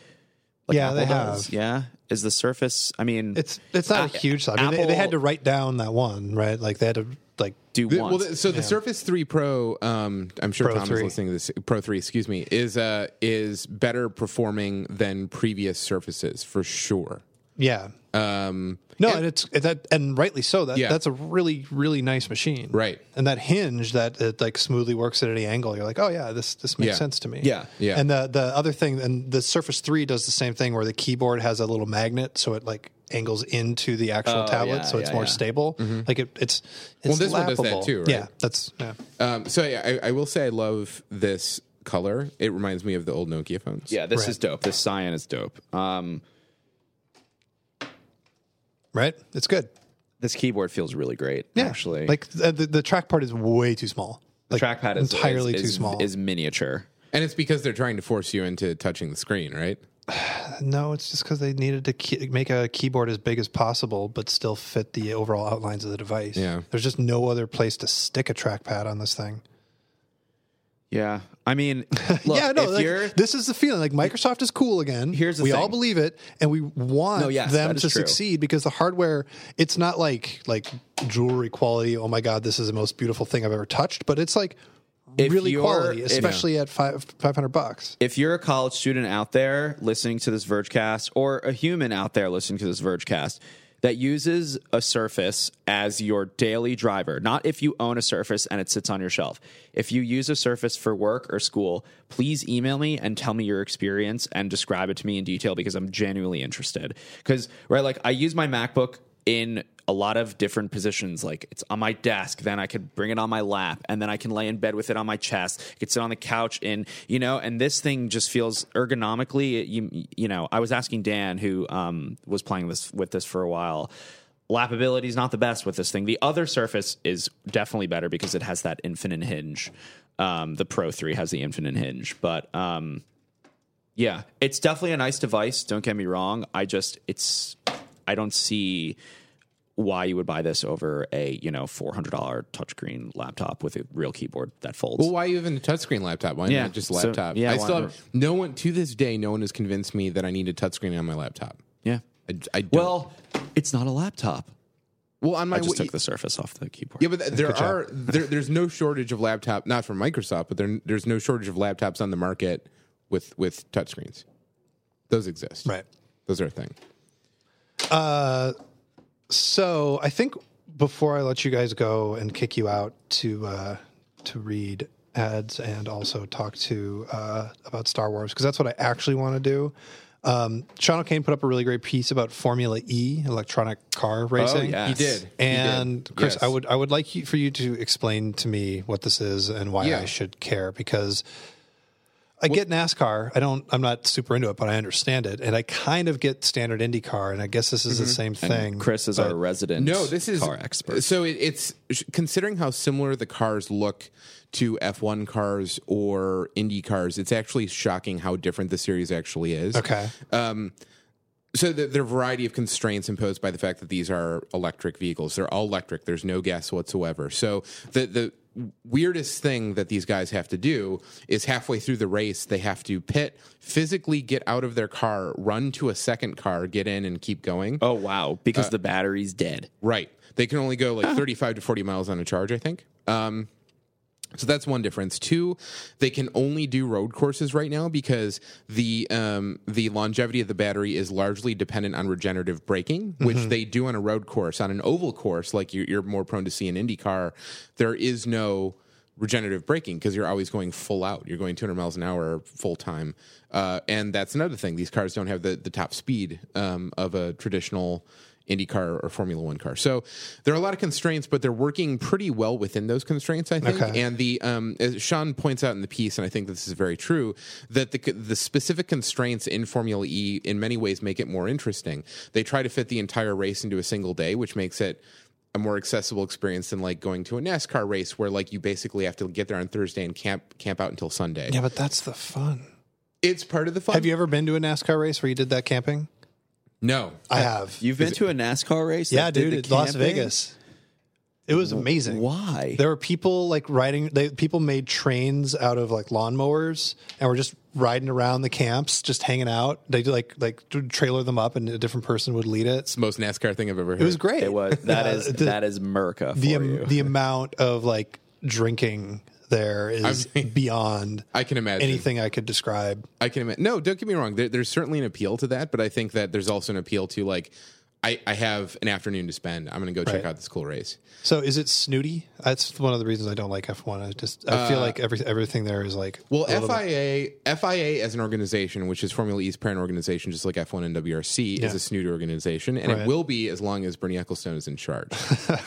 S3: like
S1: Yeah, they have.
S3: Yeah. Is the Surface? I mean,
S1: It's it's not
S3: Uh,
S1: a huge. side. I mean, they, they had to
S3: Apple-
S1: write down that one, right? Like they had to like
S3: do
S2: The-
S3: one.
S2: well, the- so the Surface Three Pro, um, I'm sure
S1: Pro
S2: Tom is
S1: 3.
S2: listening to this. Pro Three, excuse me, is uh, is better performing than previous Surfaces for sure.
S1: Yeah.
S2: Um,
S1: No, and, it's it's that, and rightly so. That
S2: Yeah.
S1: that's a really really nice machine,
S2: Right.
S1: And that hinge that it like smoothly works at any angle. You're like, oh yeah, this this makes
S2: Yeah.
S1: sense to me.
S3: Yeah.
S2: Yeah.
S1: And the the other thing, and the Surface Three does the same thing, where the keyboard has a little magnet, so it like angles into the actual tablet,
S3: yeah,
S1: so it's
S3: yeah,
S1: more
S3: yeah.
S1: stable. Like it, it's it's
S2: this one does that
S1: lappable.
S2: too, right?
S1: Yeah, that's yeah.
S2: Um, so I, I, I will say I love this color. It reminds me of the old Nokia phones.
S3: yeah, this
S1: Right.
S3: is dope. This Scion is dope. Um,
S1: right. It's good.
S3: this keyboard feels really great.
S1: Yeah,
S3: Actually,
S1: like the, the the track part is way too small. Like,
S3: trackpad is
S1: entirely
S3: is-
S1: too
S3: is-
S1: small.
S3: Is miniature.
S2: and it's because they're trying to force you into touching the screen, right?
S1: No, it's just because they needed to ke- make a keyboard as big as possible, but still fit the overall outlines of the device.
S2: Yeah.
S1: there's just no other place to stick a trackpad on this thing.
S3: Yeah, I mean, look,
S1: yeah, no,
S3: if
S1: like,
S3: you're
S1: this is the feeling. Like Microsoft is cool again.
S3: Here's the
S1: we
S3: thing.
S1: all believe it, and we want
S3: No, yes,
S1: them
S3: that is
S1: to
S3: true.
S1: succeed because the hardware. It's not like like jewelry quality. Oh my god, this is the most beautiful thing I've ever touched. But it's like
S3: If
S1: really
S3: you're-
S1: quality,
S3: if-
S1: especially at five five hundred bucks.
S3: if you're a college student out there listening to this Vergecast, or a human out there listening to this Vergecast that uses a Surface as your daily driver, not if you own a Surface and it sits on your shelf. If you use a Surface for work or school, please email me and tell me your experience and describe it to me in detail because I'm genuinely interested. Because right, like I use my MacBook in a lot of different positions. Like it's on my desk, then I could bring it on my lap, and then I can lay in bed with it on my chest. I could sit on the couch, and you know, and this thing just feels ergonomically. You you know, I was asking Dan who um, was playing this with this for a while. Lappability is not the best with this thing. The other Surface is definitely better because it has that infinite hinge. Um, the Pro Three has the infinite hinge, but um, yeah, it's definitely a nice device. Don't get me wrong. I just it's I don't see why you would buy this over a you know four hundred dollar touchscreen laptop with a real keyboard that folds.
S2: Well, why even a touchscreen laptop? Why
S3: Yeah.
S2: not just
S3: So-
S2: laptop?
S3: yeah,
S2: I
S3: why
S2: still
S3: not?
S2: have no one to this day. No one has convinced me that I need a touchscreen on my laptop.
S3: yeah.
S2: I, I don't.
S3: Well, it's not a laptop.
S2: Well, on my
S3: I just
S2: way-
S3: took the surface off the keyboard.
S2: Yeah, but th- there are there, there's no shortage of laptop not from Microsoft, but there, there's no shortage of laptops on the market with with touchscreens. Those exist.
S1: Right.
S2: Those are a thing.
S1: So I think before I let you guys go and kick you out to uh, to read ads and also talk to uh, about Star Wars because that's what I actually want to do. Um, Sean O'Kane put up a really great piece about Formula E, electronic car racing.
S3: yeah.
S2: He
S3: Yes.
S2: did. He did.
S1: And Chris,
S2: Yes.
S1: I would I would like you, for you to explain to me what this is and why
S2: Yeah.
S1: I should care because I get NASCAR. I don't. I'm not super into it, but I understand it, and I kind of get standard IndyCar, and I guess this is
S2: Mm-hmm.
S1: the same thing.
S3: Chris is our resident
S2: No, this is
S3: car expert.
S2: So it, it's considering how similar the cars look to F1 cars or Indy cars. It's actually shocking how different the series actually is.
S1: okay.
S2: So the, there are a variety of constraints imposed by the fact that these are electric vehicles. They're all electric. There's no gas whatsoever. So the the weirdest thing that these guys have to do is halfway through the race they have to pit physically get out of their car run to a second car get in and keep going
S3: Oh wow, because the battery's dead.
S2: Right. They can only go like 35 to 40 miles on a charge, I think. Um, so that's one difference. Two, they can only do road courses right now because the um, the longevity of the battery is largely dependent on regenerative braking, which they do on a road course. On an oval course, like you- you're more prone to see in IndyCar, there is no regenerative braking because you're always going full out. You're going 200 miles an hour full time, uh, and that's another thing. These cars don't have the the top speed um, of a traditional IndyCar or Formula One car. So there are a lot of constraints, but they're working pretty well within those constraints, I think.
S1: Okay.
S2: And the um, as Sean points out in the piece, and I think this is very true, that the the specific constraints in Formula E in many ways make it more interesting. They try to fit the entire race into a single day, which makes it a more accessible experience than like going to a NASCAR race where like you basically have to get there on Thursday and camp camp out until Sunday.
S1: Yeah, but that's the fun.
S2: It's part of the fun.
S1: Have you ever been to a NASCAR race where you did that camping?
S2: No.
S1: I have.
S3: You've been to a NASCAR race?
S1: yeah,
S3: that
S1: dude,
S3: did the
S1: at Las
S3: camping?
S1: Vegas. It was amazing.
S3: Why?
S1: There were people like riding. They, people made trains out of like lawnmowers and were just riding around the camps, just hanging out. They do like like trailer them up, and a different person would lead it.
S2: It's the most NASCAR thing I've ever heard.
S1: It was great.
S3: It was that
S1: Yeah,
S3: is
S1: the,
S3: that is Merca for
S1: the
S3: you.
S1: am, the amount of like drinking there is beyond
S2: I can imagine.
S1: anything I could describe.
S2: I can imagine. No, don't get me wrong. There, there's certainly an appeal to that, but I think that there's also an appeal to like, I, I have an afternoon to spend. I'm going to go check
S1: Right.
S2: out this cool race.
S1: So is it snooty? That's one of the reasons I don't like F one. I just I feel like every everything there is like
S2: Well,
S1: a little bit-
S2: FIA, FIA as an organization, which is Formula E's parent organization, just like F1 and WRC, is
S1: Yeah.
S2: a snooty organization, and
S1: Right.
S2: it will be as long as Bernie Ecclestone is in charge.
S1: so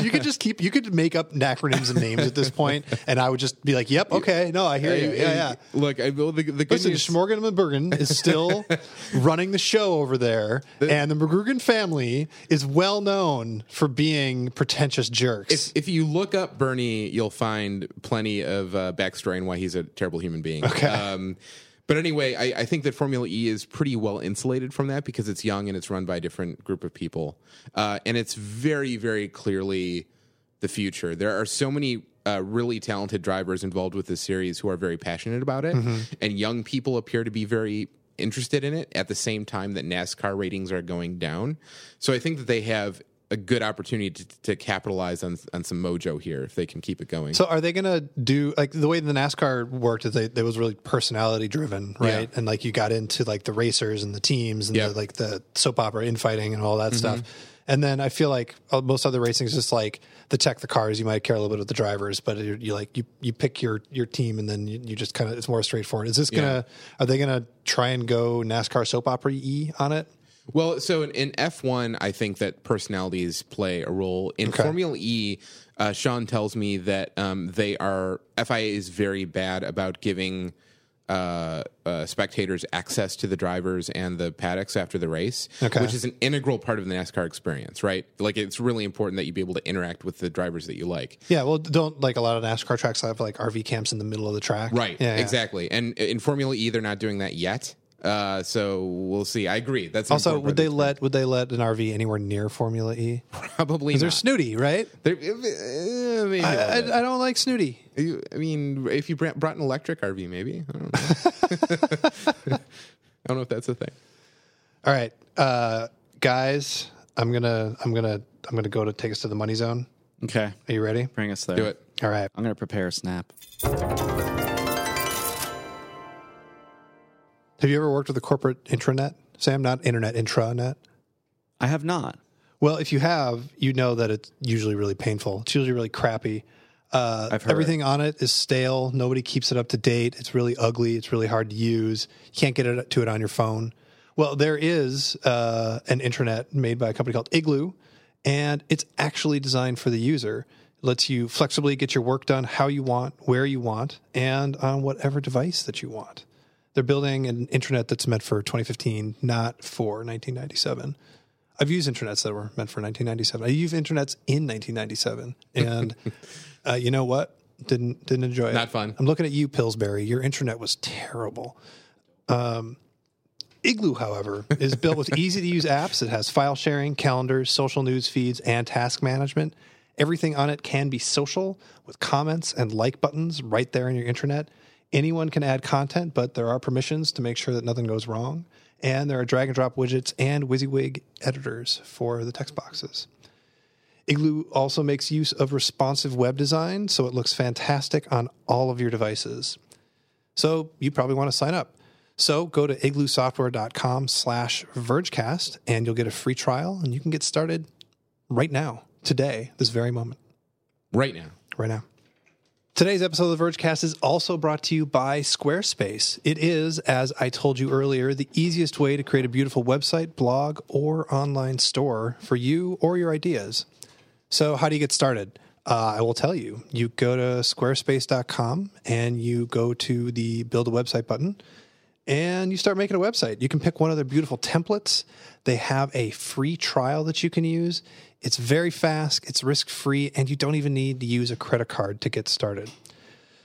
S1: you could just keep you could make up acronyms and names at this point, and I would just be like, "Yep, okay, no, I hear you." Yeah, yeah.
S2: Look, I, well, the, the good
S1: Listen,
S2: news-
S1: Schmorgan and Bergen is still running the show over there, and the McGrugan family is well known for being pretentious jerks.
S2: if, if you look up Bernie, you'll find plenty of uh, backstory and why he's a terrible human being.
S1: Okay.
S2: Um, but anyway, I, I think that Formula E is pretty well insulated from that because it's young and it's run by a different group of people. Uh, and it's very, very clearly the future. There are so many uh, really talented drivers involved with this series who are very passionate about it. And young people appear to be very interested in it at the same time that NASCAR ratings are going down. So I think that they have a good opportunity to, to capitalize on on some mojo here if they can keep it going.
S1: So are they going to do like the way the NASCAR worked is they, they was really personality driven, right? And like you got into like the racers and the teams and
S2: Yeah.
S1: the, like the soap opera infighting and all that stuff. And then I feel like uh, most other racing is just like the tech, the cars. You might care a little bit about the drivers, but you you like you you pick your your team and then you, you just kind of it's more straightforward. Is this gonna are they gonna try and go NASCAR soap opera e on it?
S2: Well, so in, in F1, I think that personalities play a role. In Formula E, uh, Sean tells me that um, they are, FIA is very bad about giving uh, uh, spectators access to the drivers and the paddocks after the race,
S1: Okay.
S2: which is an integral part of the NASCAR experience, right? Like, it's really important that you be able to interact with the drivers that you like.
S1: Yeah, well, don't like a lot of NASCAR tracks have like RV camps in the middle of the track,
S2: Right.
S1: Yeah, yeah.
S2: Exactly. And in Formula E, they're not doing that yet. Uh, so we'll see. I agree. That's an
S1: Also,
S2: important
S1: would
S2: part
S1: they let would they let an RV anywhere near Formula E?
S2: of it. probably
S1: They're
S2: not.
S1: snooty, right?
S2: They're- uh, maybe
S1: I,
S2: a little
S1: I,
S2: bit.
S1: I don't like snooty.
S2: You- I mean, if you br- brought an electric RV, maybe. I don't know. I don't know if that's a thing.
S1: All right, uh, guys, I'm gonna I'm gonna I'm gonna go to take us to the money zone.
S3: Okay.
S1: Are you ready?
S3: Bring us there.
S2: Do it.
S1: All right.
S3: I'm going to prepare a snap.
S1: Have you ever worked with a corporate intranet, Sam? Not internet, intranet.
S3: I have not.
S1: Well, if you have, you know that it's usually really painful. It's usually really crappy. Uh,
S3: I've heard.
S1: Everything on it is stale. Nobody keeps it up to date. It's really ugly. It's really hard to use. You can't get it to it on your phone. Well, there is uh, an intranet made by a company called Igloo, and it's actually designed for the user. It lets you flexibly get your work done how you want, where you want, and on whatever device that you want. They're building an intranet that's meant for 2015, not for 1997. I've used internets that were meant for 1997. I used internets in 1997, and uh, you know what? Didn't didn't enjoy it.
S2: Not fun.
S1: I'm looking at you, Pillsbury. Your internet was terrible. Um, Igloo, however, is built with easy to use apps. It has file sharing, calendars, social news feeds, and task management. Everything on it can be social with comments and like buttons right there in your internet. Anyone can add content, but there are permissions to make sure that nothing goes wrong. And there are drag and drop widgets and WYSIWYG editors for the text boxes. Igloo also makes use of responsive web design, so it looks fantastic on all of your devices. So you probably want to sign up. So go to igloosoftware.com slash vergecast and you'll get a free trial and you can get started right now, today, this very moment,
S2: Right now.
S1: right now. Today's episode of the Vergecast is also brought to you by Squarespace. It is, as I told you earlier, the easiest way to create a beautiful website, blog, or online store for you or your ideas. So, how do you get started? Uh, I will tell you. You go to squarespace.com and you go to the build a website button and you start making a website. You can pick one of their beautiful templates. They have a free trial that you can use. It's very fast, it's risk free, and you don't even need to use a credit card to get started.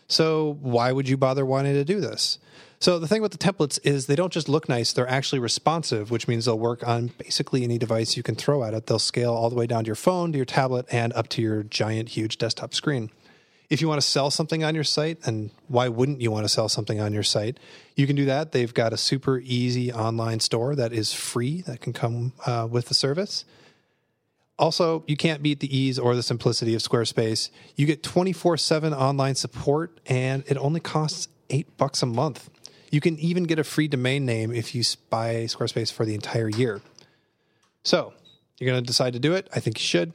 S1: So, why would you bother wanting to do this? So, the thing with the templates is they don't just look nice, they're actually responsive, which means they'll work on basically any device you can throw at it. They'll scale all the way down to your phone, to your tablet, and up to your giant, huge desktop screen. If you want to sell something on your site, and why wouldn't you want to sell something on your site? You can do that. They've got a super easy online store that is free that can come uh, with the service. Also, you can't beat the ease or the simplicity of Squarespace. You get 24/7 online support and it only costs 8 bucks a month. You can even get a free domain name if you s- buy Squarespace for the entire year. So, you're going to decide to do it? I think you should.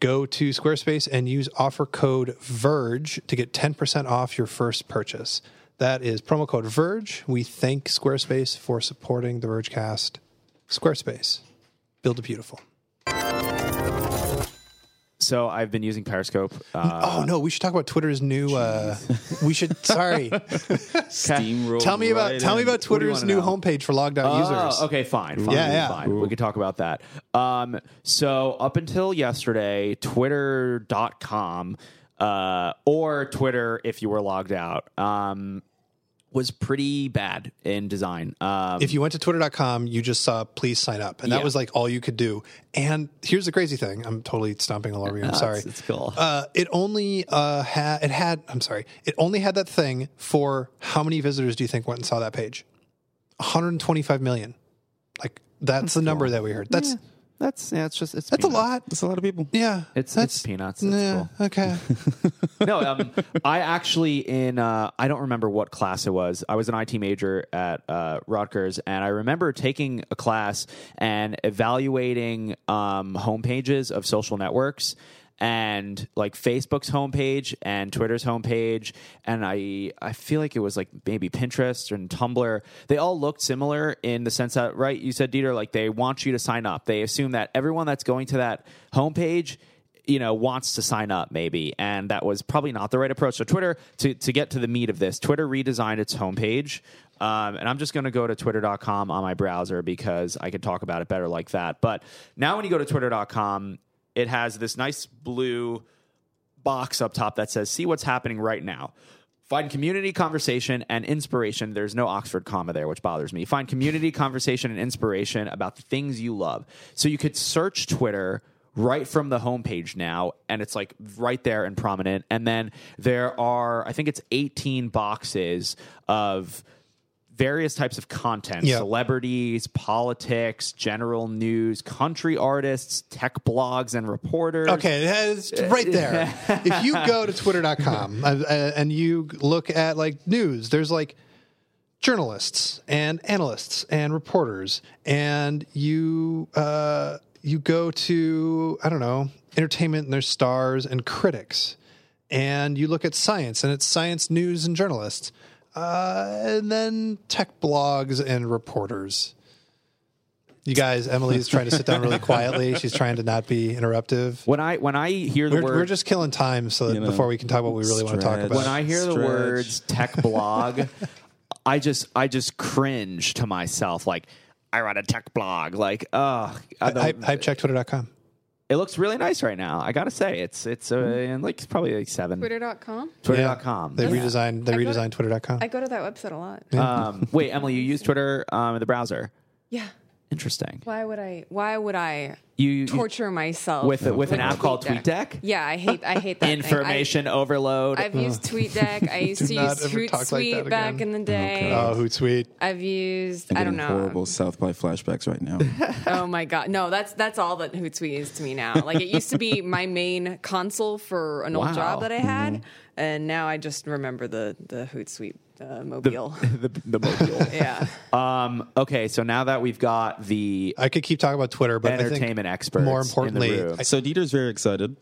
S1: Go to Squarespace and use offer code VERGE to get 10% off your first purchase. That is promo code VERGE. We thank Squarespace for supporting the Vergecast. Squarespace. Build a beautiful.
S3: So I've been using Periscope. Uh,
S1: Oh no, we should talk about Twitter's new. Uh, we should. Sorry,
S3: Steamroll.
S1: tell me about tell me about Twitter's new homepage for logged out users.
S3: Oh, okay, fine, fine,
S1: Yeah, yeah.
S3: fine. We could talk about that. Um, so up until yesterday, Twitter.com uh, or Twitter, if you were logged out, um, was pretty bad in design. Um,
S1: If you went to twitter.com, you just saw please sign up, and that
S3: Yeah.
S1: was like all you could do. And here's the crazy thing: I'm totally stomping all over you. I'm sorry.
S3: it's, it's cool.
S1: Uh, it only uh, had it had. I'm sorry. It only had that thing for how many visitors do you think went and saw that page? 125 million. Like that's the number that we heard. That's
S3: Yeah, that's yeah, it's just it's
S1: that's a lot.
S4: That's a lot of people.
S1: Yeah,
S3: It's
S1: that's
S3: it's peanuts. It's
S1: yeah.
S3: cool.
S1: Okay.
S3: no, um, I actually in uh, I don't remember what class it was. I was an IT major at uh, Rutgers, and I remember taking a class and evaluating um, homepages of social networks and like Facebook's homepage and Twitter's homepage, and I I feel like it was like maybe Pinterest and Tumblr. They all looked similar in the sense that right, you said Dieter, like they want you to sign up. They assume that everyone that's going to that homepage you know wants to sign up maybe and that was probably not the right approach so twitter to, to get to the meat of this twitter redesigned its homepage um, and i'm just going to go to twitter.com on my browser because i could talk about it better like that but now when you go to twitter.com it has this nice blue box up top that says see what's happening right now find community conversation and inspiration there's no oxford comma there which bothers me find community conversation and inspiration about the things you love so you could search twitter right from the homepage now and it's like right there and prominent and then there are i think it's 18 boxes of various types of content
S1: Yeah.
S3: celebrities, politics, general news, country artists, tech blogs, and reporters.
S1: Okay, that is right there. if you go to twitter.com and, uh, and you look at like news, there's like journalists and analysts and reporters, and you uh, you go to I don't know entertainment and there's stars and critics, and you look at science and it's science news and journalists, uh, and then tech blogs and reporters. You guys, Emily's trying to sit down really quietly. She's trying to not be interruptive.
S3: When I when I hear the
S1: We're,
S3: word
S1: we're just killing time so that
S4: You know,
S1: before we can talk what we really want to talk
S4: stretch.
S1: about.
S3: when I hear the
S4: Stretch.
S3: words tech blog, I just I just cringe to myself. Like I run a tech blog. Like oh, I don't-
S1: hype, hypecheck twitter.com.
S3: it looks really nice right now. I gotta say it's it's uh, and like it's probably like seven
S5: Twitter.com.
S3: Twitter.com.
S1: They
S3: Yeah.
S1: redesigned they
S5: I go to-
S1: redesigned twitter.com.
S5: I go to that website a lot.
S3: um, wait, Emily, you use Twitter um, in the browser.
S5: Yeah.
S3: Interesting.
S5: Why would I? Why would I
S3: You, you
S5: torture myself
S3: with with an app called TweetDeck.
S5: Yeah, I hate. I hate that. thing. I-
S3: Information overload.
S5: I've used TweetDeck. I used
S1: Do
S5: to
S1: not
S5: use
S1: ever talk like
S5: Hootsuite
S1: that
S5: back
S1: again.
S5: in the day.
S1: oh, Hootsuite.
S5: I've used.
S4: I'm
S5: I don't
S4: getting
S5: know.
S4: Horrible South by flashbacks right now.
S5: Oh my god, no! That's that's all that Hootsuite is to me now. Like it used to be my main console for an
S3: Wow. Mm-hmm.
S5: old job that I had, and now I just remember the the Hootsuite uh, mobile.
S3: the, the mobile.
S5: yeah,
S3: um, okay, so now that we've got the
S1: I could keep talking about Twitter, but I think
S3: entertainment experts,
S1: more
S3: in the
S1: importantly,
S3: room,
S4: so Dieter's very excited.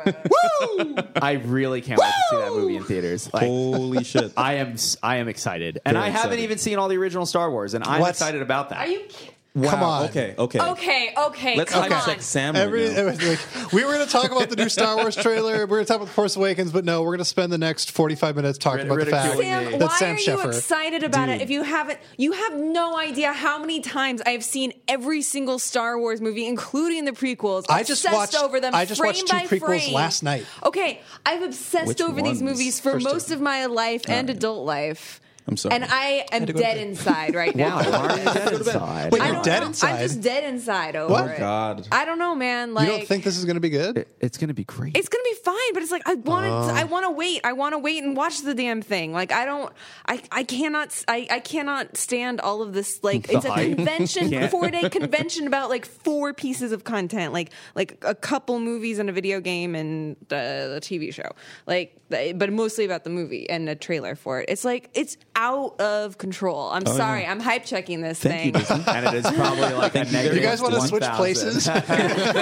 S3: I really can't wait to see that movie in theaters. Like,
S4: Holy shit!
S3: I am s- I am excited, and
S4: Very
S3: I haven't
S4: excited.
S3: even seen all the original Star Wars, and I'm
S1: What?
S3: excited about that.
S5: Are you? ki-
S1: come on.
S4: Okay, okay,
S5: Okay, okay,
S4: Let's
S5: come
S4: hype
S5: on.
S4: check Sam. right
S1: Every,
S4: now.
S1: it was like, we were going to talk about the new Star Wars trailer. We are going to talk about The Force Awakens, but no, we're going to spend the next 45 minutes talking about the fact
S2: ridiculing
S5: Sam,
S2: me.
S1: that
S5: why
S1: Sam
S5: are you
S1: Sheffer.
S5: excited about it? If you haven't, you have no idea how many times I've seen every single Star Wars movie, including the prequels.
S1: I just
S5: obsessed
S1: watched-
S5: over them.
S1: I just
S5: frame
S1: watched two
S5: by
S1: prequels
S5: frame.
S1: last night.
S5: Okay, I've obsessed
S4: Which
S5: over
S4: ones?
S5: these movies for
S1: First
S5: most
S1: two.
S5: of my life and
S4: right.
S5: adult life.
S4: I'm sorry.
S5: and I am
S1: to go to
S5: dead
S1: bed.
S5: inside right now.
S3: Wow, why are you dead inside?
S1: Wait,
S5: I
S1: you're
S5: don't
S1: dead
S5: know.
S1: inside?
S5: I'm just dead inside over
S1: What?
S5: it.
S4: God.
S5: I don't know, man.
S1: you
S5: Like
S1: don't think this is going to be good?
S3: it's gonna be great.
S5: it's gonna be fine, but it's like I want to, I want to wait. I want to wait and watch the damn thing. Like I don't. I I cannot. s- I I cannot stand all of this. Like it's a
S3: hype?
S5: convention,
S3: Can't-
S5: four day convention about like four pieces of content, like like a couple movies and a video game and uh, a TV show, like th- but mostly about the movie and a trailer for it. It's like it's out of control. I'm sorry. I'm hype checking this
S4: Oh, Thank you,
S5: thing.
S4: Disney.
S3: and it is probably like a negative.
S1: You guys want to
S3: 1,000.
S1: switch places?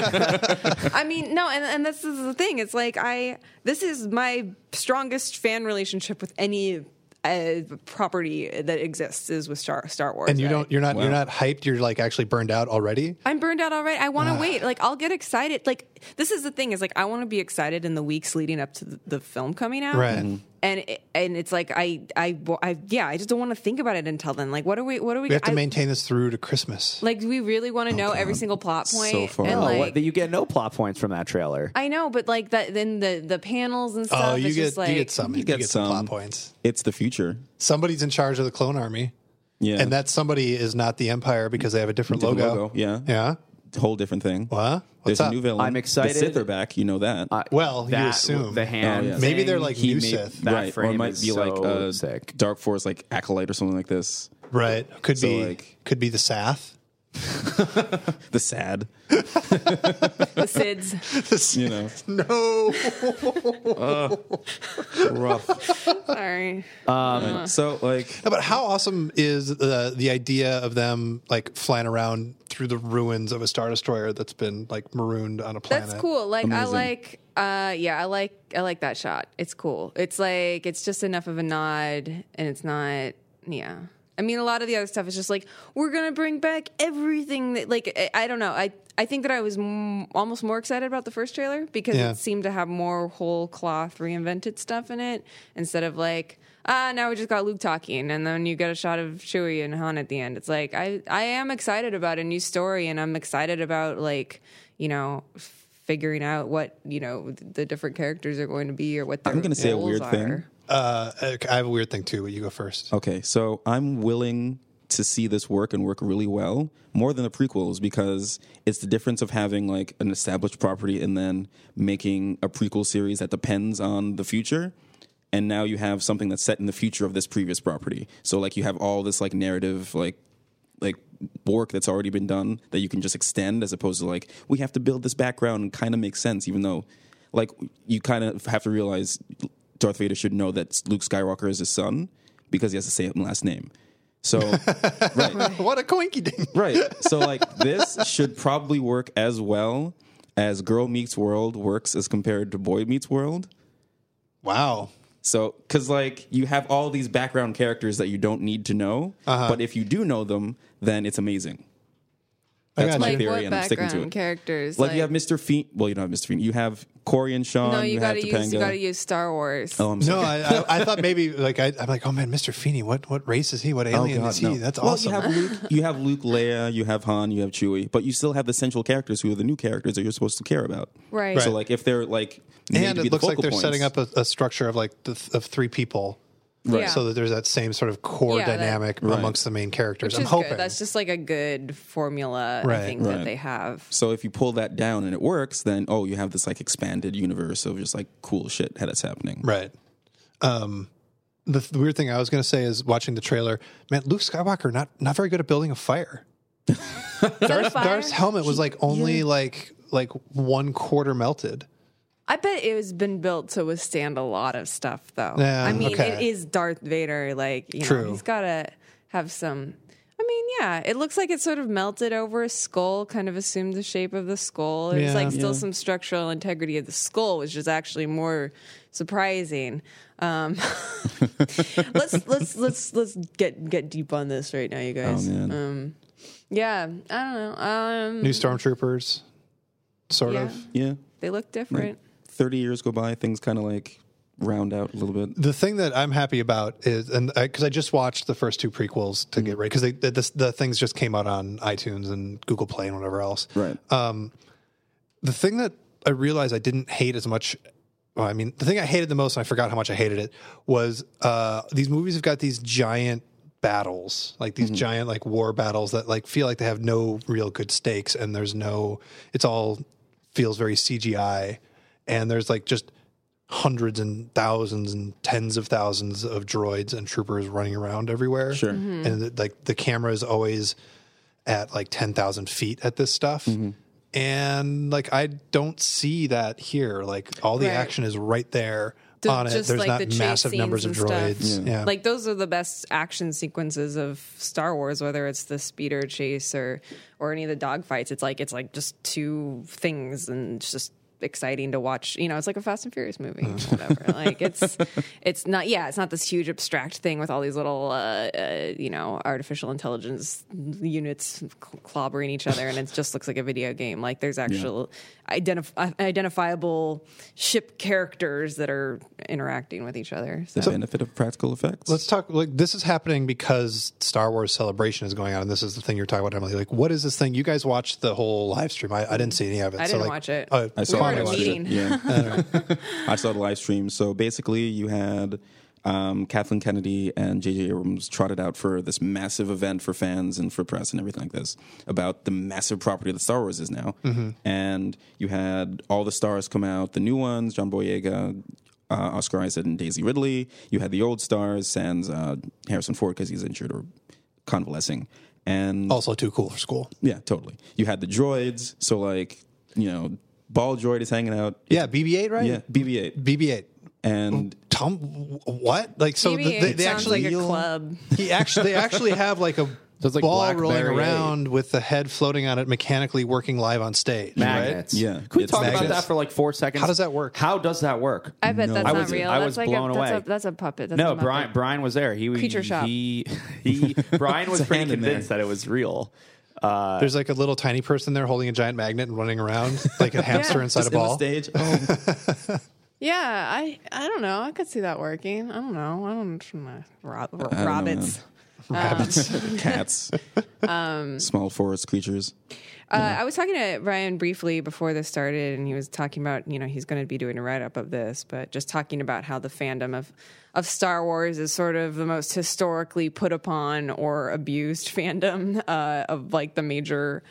S5: I mean, no, and and this is the thing. It's like I this is my strongest fan relationship with any uh, property that exists is with Star Star Wars.
S1: and you
S5: I-
S1: don't you're not you're
S4: Wow.
S1: not hyped, you're like actually burned out already?
S5: I'm burned out already. I want to wait. Like I'll get excited. Like this is the thing is like I want to be excited in the weeks leading up to the, the film coming out.
S1: Right.
S4: Mm-hmm.
S1: Mhm.
S5: And it, and it's like I, I I yeah I just don't want to think about it until then. Like what are we what are we,
S1: We have to
S5: I-
S1: maintain this through to Christmas.
S5: like do we really want to know every single plot point
S4: So far.
S5: and
S4: No,
S3: Oh,
S5: like
S3: what, you get no plot points from that trailer.
S5: I know but like that then the the panels and stuff
S1: Oh, you
S5: it's
S1: get
S5: just like
S1: you get some you
S4: You get
S1: get some plot
S4: some.
S1: points.
S4: It's the future.
S1: Somebody's in charge of the clone army.
S4: Yeah,
S1: And that somebody is not the Empire because they have a different,
S4: Different
S1: logo.
S4: logo, yeah.
S1: Yeah.
S4: whole different thing.
S1: What? What's
S4: There's
S1: up?
S4: a new villain.
S3: I'm excited.
S4: The Sith are back. You know that.
S1: Well, you
S3: Uh, That-
S1: assume.
S3: the hand.
S4: Oh, yeah.
S1: Maybe they're
S3: thing,
S1: like
S3: he
S1: new
S3: made-
S1: Sith.
S3: That
S4: right.
S3: frame
S4: or it might
S3: is
S4: be like uh,
S3: so
S4: a
S3: sick.
S4: Dark Force, like acolyte or something like this.
S1: right. Could
S4: So,
S1: be
S4: like-
S1: could be the Sath.
S4: The sad.
S5: the Sids.
S4: You know.
S1: No.
S4: Rough.
S5: Sorry.
S3: Um,
S4: Right. So like
S1: but how awesome is the the idea of them like flying around through the ruins of a star destroyer that's been like marooned on a planet?
S5: That's cool. Like I
S4: Amazing.
S5: like uh yeah, I like I like that shot. It's cool. It's like it's just enough of a nod and it's not yeah. I mean a lot of the other stuff is just like we're going to bring back everything that like I, I don't know. I I think that I was m- almost more excited about the first trailer because
S1: Yeah.
S5: it seemed to have more whole cloth reinvented stuff in it instead of like ah now we just got Luke talking and then you get a shot of Chewie and Han at the end. It's like I I am excited about a new story and I'm excited about like you know f- figuring out what you know the different characters are going to be or what their
S4: I'm gonna say a
S5: roles
S4: weird
S5: are.
S4: thing.
S1: Uh, I have a weird thing too, but you go first.
S4: Okay, so I'm willing to see this work and work really well more than the prequels because it's the difference of having like an established property and then making a prequel series that depends on the future and now you have something that's set in the future of this previous property. So like you have all this like narrative like like work that's already been done that you can just extend as opposed to like we have to build this background and kind of makes sense even though like you kind of have to realize Darth Vader should know that Luke Skywalker is his son because he has the same last name. So right
S1: what a coinky ding.
S4: right. So like this should probably work as well as Girl Meets World works as compared to Boy Meets World.
S1: Wow.
S4: So, because like you have all these background characters that you don't need to know, but if you do know them, then it's amazing. That's
S1: got
S4: my
S1: you.
S5: Like
S4: theory,
S5: what
S4: and I'm sticking to
S5: background
S4: it.
S5: characters?
S4: Like, you have Mr. Fiend. Well, you don't have Mr. Fiend. You have Corey and Sean.
S5: no, you,
S4: have
S5: gotta
S4: Topanga.
S5: use you gotta use Star Wars.
S4: oh, I'm
S1: No,
S4: sorry.
S1: I, I, I thought maybe like I, I'm like, oh man, Mr. Feeney, what what race is he? What
S4: Oh,
S1: alien
S4: God,
S1: is he?
S4: no.
S1: That's
S4: well,
S1: awesome.
S4: You have Luke, you have Luke, Leia, you have Han, you have Chewie, but you still have the central characters who are the new characters that you're supposed to care about.
S5: Right. Right.
S4: So, like, if they're like, made
S1: and
S4: to be
S1: it
S4: the
S1: looks like
S4: focal
S1: they're
S4: points-
S1: setting up a, a structure of like the, th- of three people,
S5: Right. Yeah.
S1: So that there's that same sort of core
S5: Yeah, that-
S1: dynamic amongst the main characters.
S5: Which
S1: I'm
S5: is
S1: hoping
S5: good. That's just like a good formula,
S1: Right.
S5: I think,
S4: Right.
S5: that they have.
S4: So if you pull that down and it works, then oh, you have this like expanded universe of just like cool shit that's happening.
S1: right. Um, the, th- weird thing I was going to say is watching the trailer, man, Luke Skywalker not not very good at building a fire.
S5: Darth,
S1: Darth's helmet was like only like like one quarter melted.
S5: I bet it has been built to withstand a lot of stuff, though.
S1: Yeah,
S5: I mean,
S1: okay.
S5: it is Darth Vader. Like, you
S1: True.
S5: know, he's got to have some. I mean, yeah, it looks like it sort of melted over a skull, kind of assumed the shape of the skull. There's
S1: Yeah.
S5: like still some structural integrity of the skull, which is actually more surprising. Um, let's let's let's let's get get deep on this right now, you
S1: Oh,
S5: guys.
S4: man.
S5: Um, yeah, I don't know. Um,
S1: New stormtroopers, sort
S5: Yeah.
S1: of.
S4: Yeah.
S5: they look
S4: Like,
S5: different.
S4: Thirty years go by, things kind of like round out a little bit.
S1: the thing that I'm happy about is, and because I, just watched the first two prequels to get ready, because the, the, the things just came out on iTunes and Google Play and whatever else.
S4: Right.
S1: The thing that I realized I didn't hate as much. Well, I mean, the thing I hated the most, and I forgot how much I hated it, was uh, these movies have got these giant battles, like these giant like war battles that like feel like they have no real good stakes, and there's no. It's all feels very CGI, and there's like just hundreds and thousands and tens of thousands of droids and troopers running around everywhere.
S4: Sure.
S1: And it- like the camera is always at like 10,000 feet at this stuff.
S4: Mm-hmm.
S1: And like I don't see that here. Like all the
S5: Right.
S1: action is right there
S5: Th-
S1: on it.
S5: just,
S1: There's
S5: like,
S1: not
S5: the chase
S1: massive
S5: scenes
S1: numbers of
S5: and stuff.
S1: droids. Yeah.
S5: Like those are the best action sequences of Star Wars, whether it's the speeder chase or or any of the dogfights. It's like it's like just two things and it's just exciting to watch. You know, it's like a Fast and Furious movie. Whatever. like it's it's not yeah, it's not this huge abstract thing with all these little uh, uh, you know artificial intelligence units cl- clobbering each other, and it just looks like a video game. Like there's actual identif- uh, identifiable ship characters that are interacting with each other. So.
S1: Uh,
S4: the benefit of practical effects.
S1: Let's talk like this is happening because Star Wars Celebration is going on, and this is the thing you're talking about, Emily. Like, what is this thing? You guys watched the whole live stream. I, I didn't see any of it.
S5: I
S1: so,
S5: didn't
S1: like,
S5: watch it.
S1: oh,
S4: I saw
S5: We were
S4: it.
S5: at a
S4: I watched
S5: meeting.
S4: It. Yeah. I saw the live stream. So basically, you had um, Kathleen Kennedy and J.J. Abrams trotted out for this massive event for fans and for press and everything like this about the massive property that Star Wars is now. And you had all the stars come out, the new ones, John Boyega. Uh, Oscar Isaac and Daisy Ridley. You had the old stars, sans uh, Harrison Ford because he's injured or convalescing. And
S1: also too cool for school.
S4: yeah, totally. You had the droids. So like, you know, ball droid is hanging out.
S1: Yeah, BB-8, right?
S4: Yeah, BB-8,
S1: BB-8.
S4: and
S1: Tom, wh- what? Like so?
S5: Maybe
S1: they,
S5: it
S1: they
S5: sounds
S1: actually
S5: like a club.
S1: he actually they actually have like a
S2: it's like
S1: ball rolling
S2: Blackberry
S1: around with the head floating on it, mechanically working live on stage. Right?
S3: Magnets.
S4: Yeah,
S3: Can we
S4: it's
S3: talk about
S4: magnets.
S3: that for like four seconds?
S1: How does that work?
S3: How does that work?
S5: I bet that's
S3: I
S5: not
S3: was-
S5: real.
S3: I
S5: that's
S3: was
S5: like
S3: blown
S5: a,
S3: away.
S5: That's a, that's a puppet. That's
S3: no,
S5: a Muppet.
S3: Brian. Brian was there. He
S5: Creature Shop.
S3: He, he Brian was
S4: It's a
S3: pretty
S4: hand in
S3: convinced that it was real.
S5: Uh,
S1: There's like a little tiny person there holding a giant magnet and running around like a hamster
S5: Yeah.
S1: inside a
S4: Just in the
S1: ball.
S4: stage. Oh,
S5: Yeah, I I don't know. I could see that working. I don't know. I don't know. Rob, ro-
S4: know,
S5: rabbits.
S4: man. cats,
S5: Um,
S4: small forest creatures.
S5: Uh, I was talking to Ryan briefly before this started, and he was talking about you know he's going to be doing a write up of this, but just talking about how the fandom of of Star Wars is sort of the most historically put upon or abused fandom uh, of like the major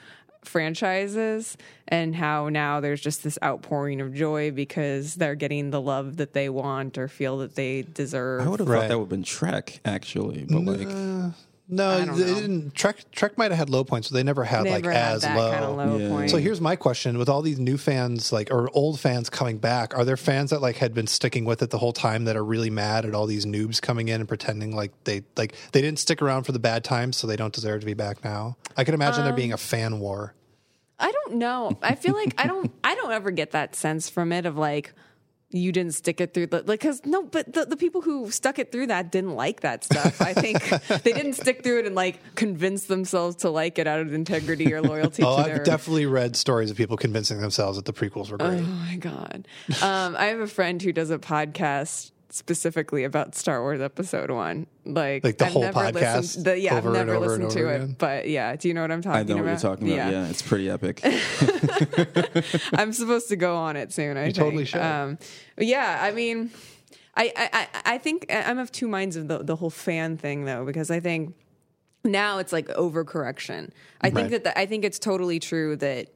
S5: franchises and how now there's just this outpouring of joy because they're getting the love that they want or feel that they deserve.
S4: I would have
S1: Right.
S4: thought that would have been Trek, actually, but like
S1: No,
S5: I don't
S1: they
S5: know.
S1: didn't. Trek Trek might have had low points, but they never had
S5: Never
S1: like
S5: had
S1: as
S5: that
S1: low.
S5: kind of low
S4: Yeah.
S5: point.
S1: So here's my question: With all these new fans, like or old fans coming back, are there fans that like had been sticking with it the whole time that are really mad at all these noobs coming in and pretending like they like they didn't stick around for the bad times, so they don't deserve to be back now? I can imagine
S5: Um,
S1: there being a fan war.
S5: I don't know. I feel like I don't. I don't ever get that sense from it of like you didn't stick it through the like because no, but the, the people who stuck it through that didn't like that stuff. I think they didn't stick through it and like convince themselves to like it out of integrity or loyalty.
S1: Oh,
S5: to
S1: I've
S5: their,
S1: definitely read stories of people convincing themselves that the prequels were great.
S5: Oh my god! Um, I have a friend who does a podcast specifically about Star Wars Episode One. Like,
S1: Like the
S5: I've
S1: whole
S5: never
S1: podcast
S5: listened- the- yeah,
S1: over
S5: I've
S1: and
S5: never
S1: over and
S5: listened
S1: over
S5: to
S1: again?
S5: it, but yeah, do you know what I'm talking
S4: I know
S5: about?
S4: what you're talking about. Yeah, it's pretty epic.
S5: I'm supposed to go on it soon. I think.
S1: totally should.
S5: Um, but yeah, I mean, I, I I I think I'm of two minds of the the whole fan thing though because I think now it's like overcorrection. I think that the, I think it's totally true that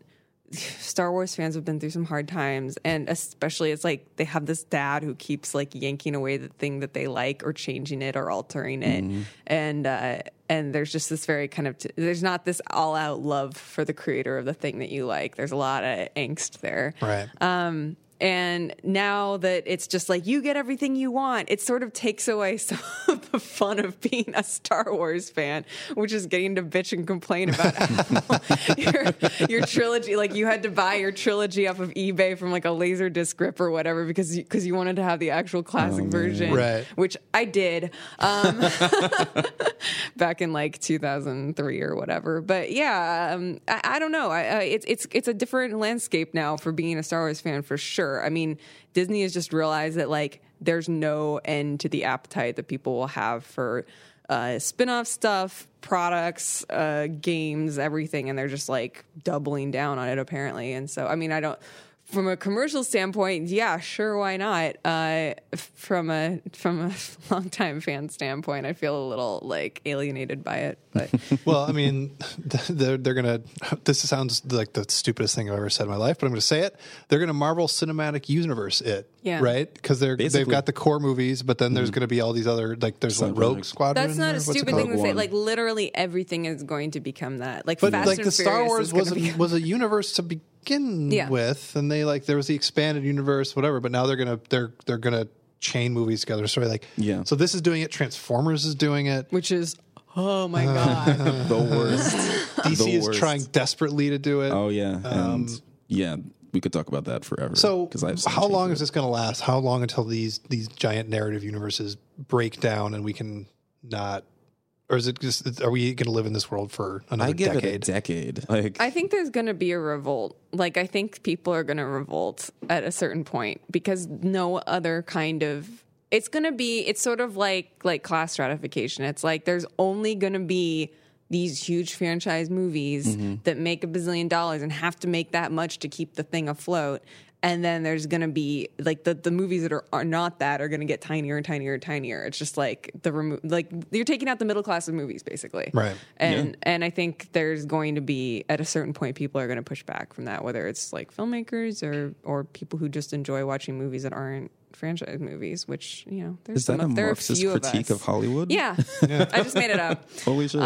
S5: Star Wars fans have been through some hard times, and especially it's like they have this dad who keeps like yanking away the thing that they like or changing it or altering it,
S1: Mm-hmm.
S5: and uh, and there's just this very kind of t- there's not this all out love for the creator of the thing that you like. There's a lot of angst there,
S1: Right.
S5: um, and now that it's just like you get everything you want, it sort of takes away some of the fun of being a Star Wars fan, which is getting to bitch and complain about how your, your trilogy, like you had to buy your trilogy off of eBay from like a laser disc grip or whatever because you, cause you wanted to have the actual classic version,
S1: Right.
S5: which I did. Um, back in like 2003 or whatever. But yeah, um, I, I don't know. I, I, it's it's it's a different landscape now for being a Star Wars fan for sure. I mean, Disney has just realized that like there's no end to the appetite that people will have for uh, spin-off stuff, products, uh, games, everything, and they're just like doubling down on it apparently. And so, I mean, I don't. From a commercial standpoint, yeah, sure, why not? Uh, f- from a from a longtime fan standpoint, I feel a little like alienated by it, but
S1: Well, I mean, they're, they're going to. This sounds like the stupidest thing I've ever said in my life, but I'm going to say it. They're going to Marvel Cinematic Universe it,
S5: Yeah.
S1: right? Because they're they've
S4: Basically. Mm-hmm.
S1: got the core movies, but then there's going to be all these other like there's like Rogue
S4: Subgenres.
S1: Squadron.
S5: that's not
S1: or
S5: a
S1: what's it
S5: stupid
S1: called?
S5: thing to say.
S4: Rogue One.
S5: Like literally everything is going to become that. Like
S1: But
S5: Fast
S1: like
S5: and
S1: the Star
S5: Furious
S1: Wars
S5: is gonna
S1: was a,
S5: become-
S1: was a universe to begin
S5: Yeah.
S1: with, and they like there was the expanded universe, whatever. But now they're gonna they're they're gonna chain movies together. So like
S4: Yeah.
S1: So this is doing it. Transformers is doing it.
S5: which is oh my god.
S4: the worst.
S1: DC is
S4: worst.
S1: trying desperately to do it.
S4: Oh yeah, and yeah, we could talk about that forever.
S1: Um, So,
S4: I've seen
S1: how long is
S4: changes.
S1: this going to last? How long until these these giant narrative universes break down and we can not, or is it just are we going to live in this world for another
S4: I give
S1: decade?
S4: it a decade. Like
S5: I think there's going to be a revolt. Like I think people are going to revolt at a certain point because no other kind of it's going to be it's sort of like like class stratification. It's like there's only going to be these huge franchise movies that make a bazillion dollars and have to make that much to keep the thing afloat. And then there's going to be like the, the movies that are, are not that are going to get tinier and tinier and tinier. It's just like the remo- like you're taking out the middle class of movies basically
S1: Right.
S5: and and I think there's going to be at a certain point people are going to push back from that, whether it's like filmmakers or or people who just enjoy watching movies that aren't franchise movies. Which you know, there's
S4: is that
S5: some,
S4: a
S5: there are
S4: Marxist
S5: few
S4: critique
S5: of,
S4: of,
S5: us.
S4: Hollywood?
S5: yeah, Uh, I just made it up.
S4: Holy shit.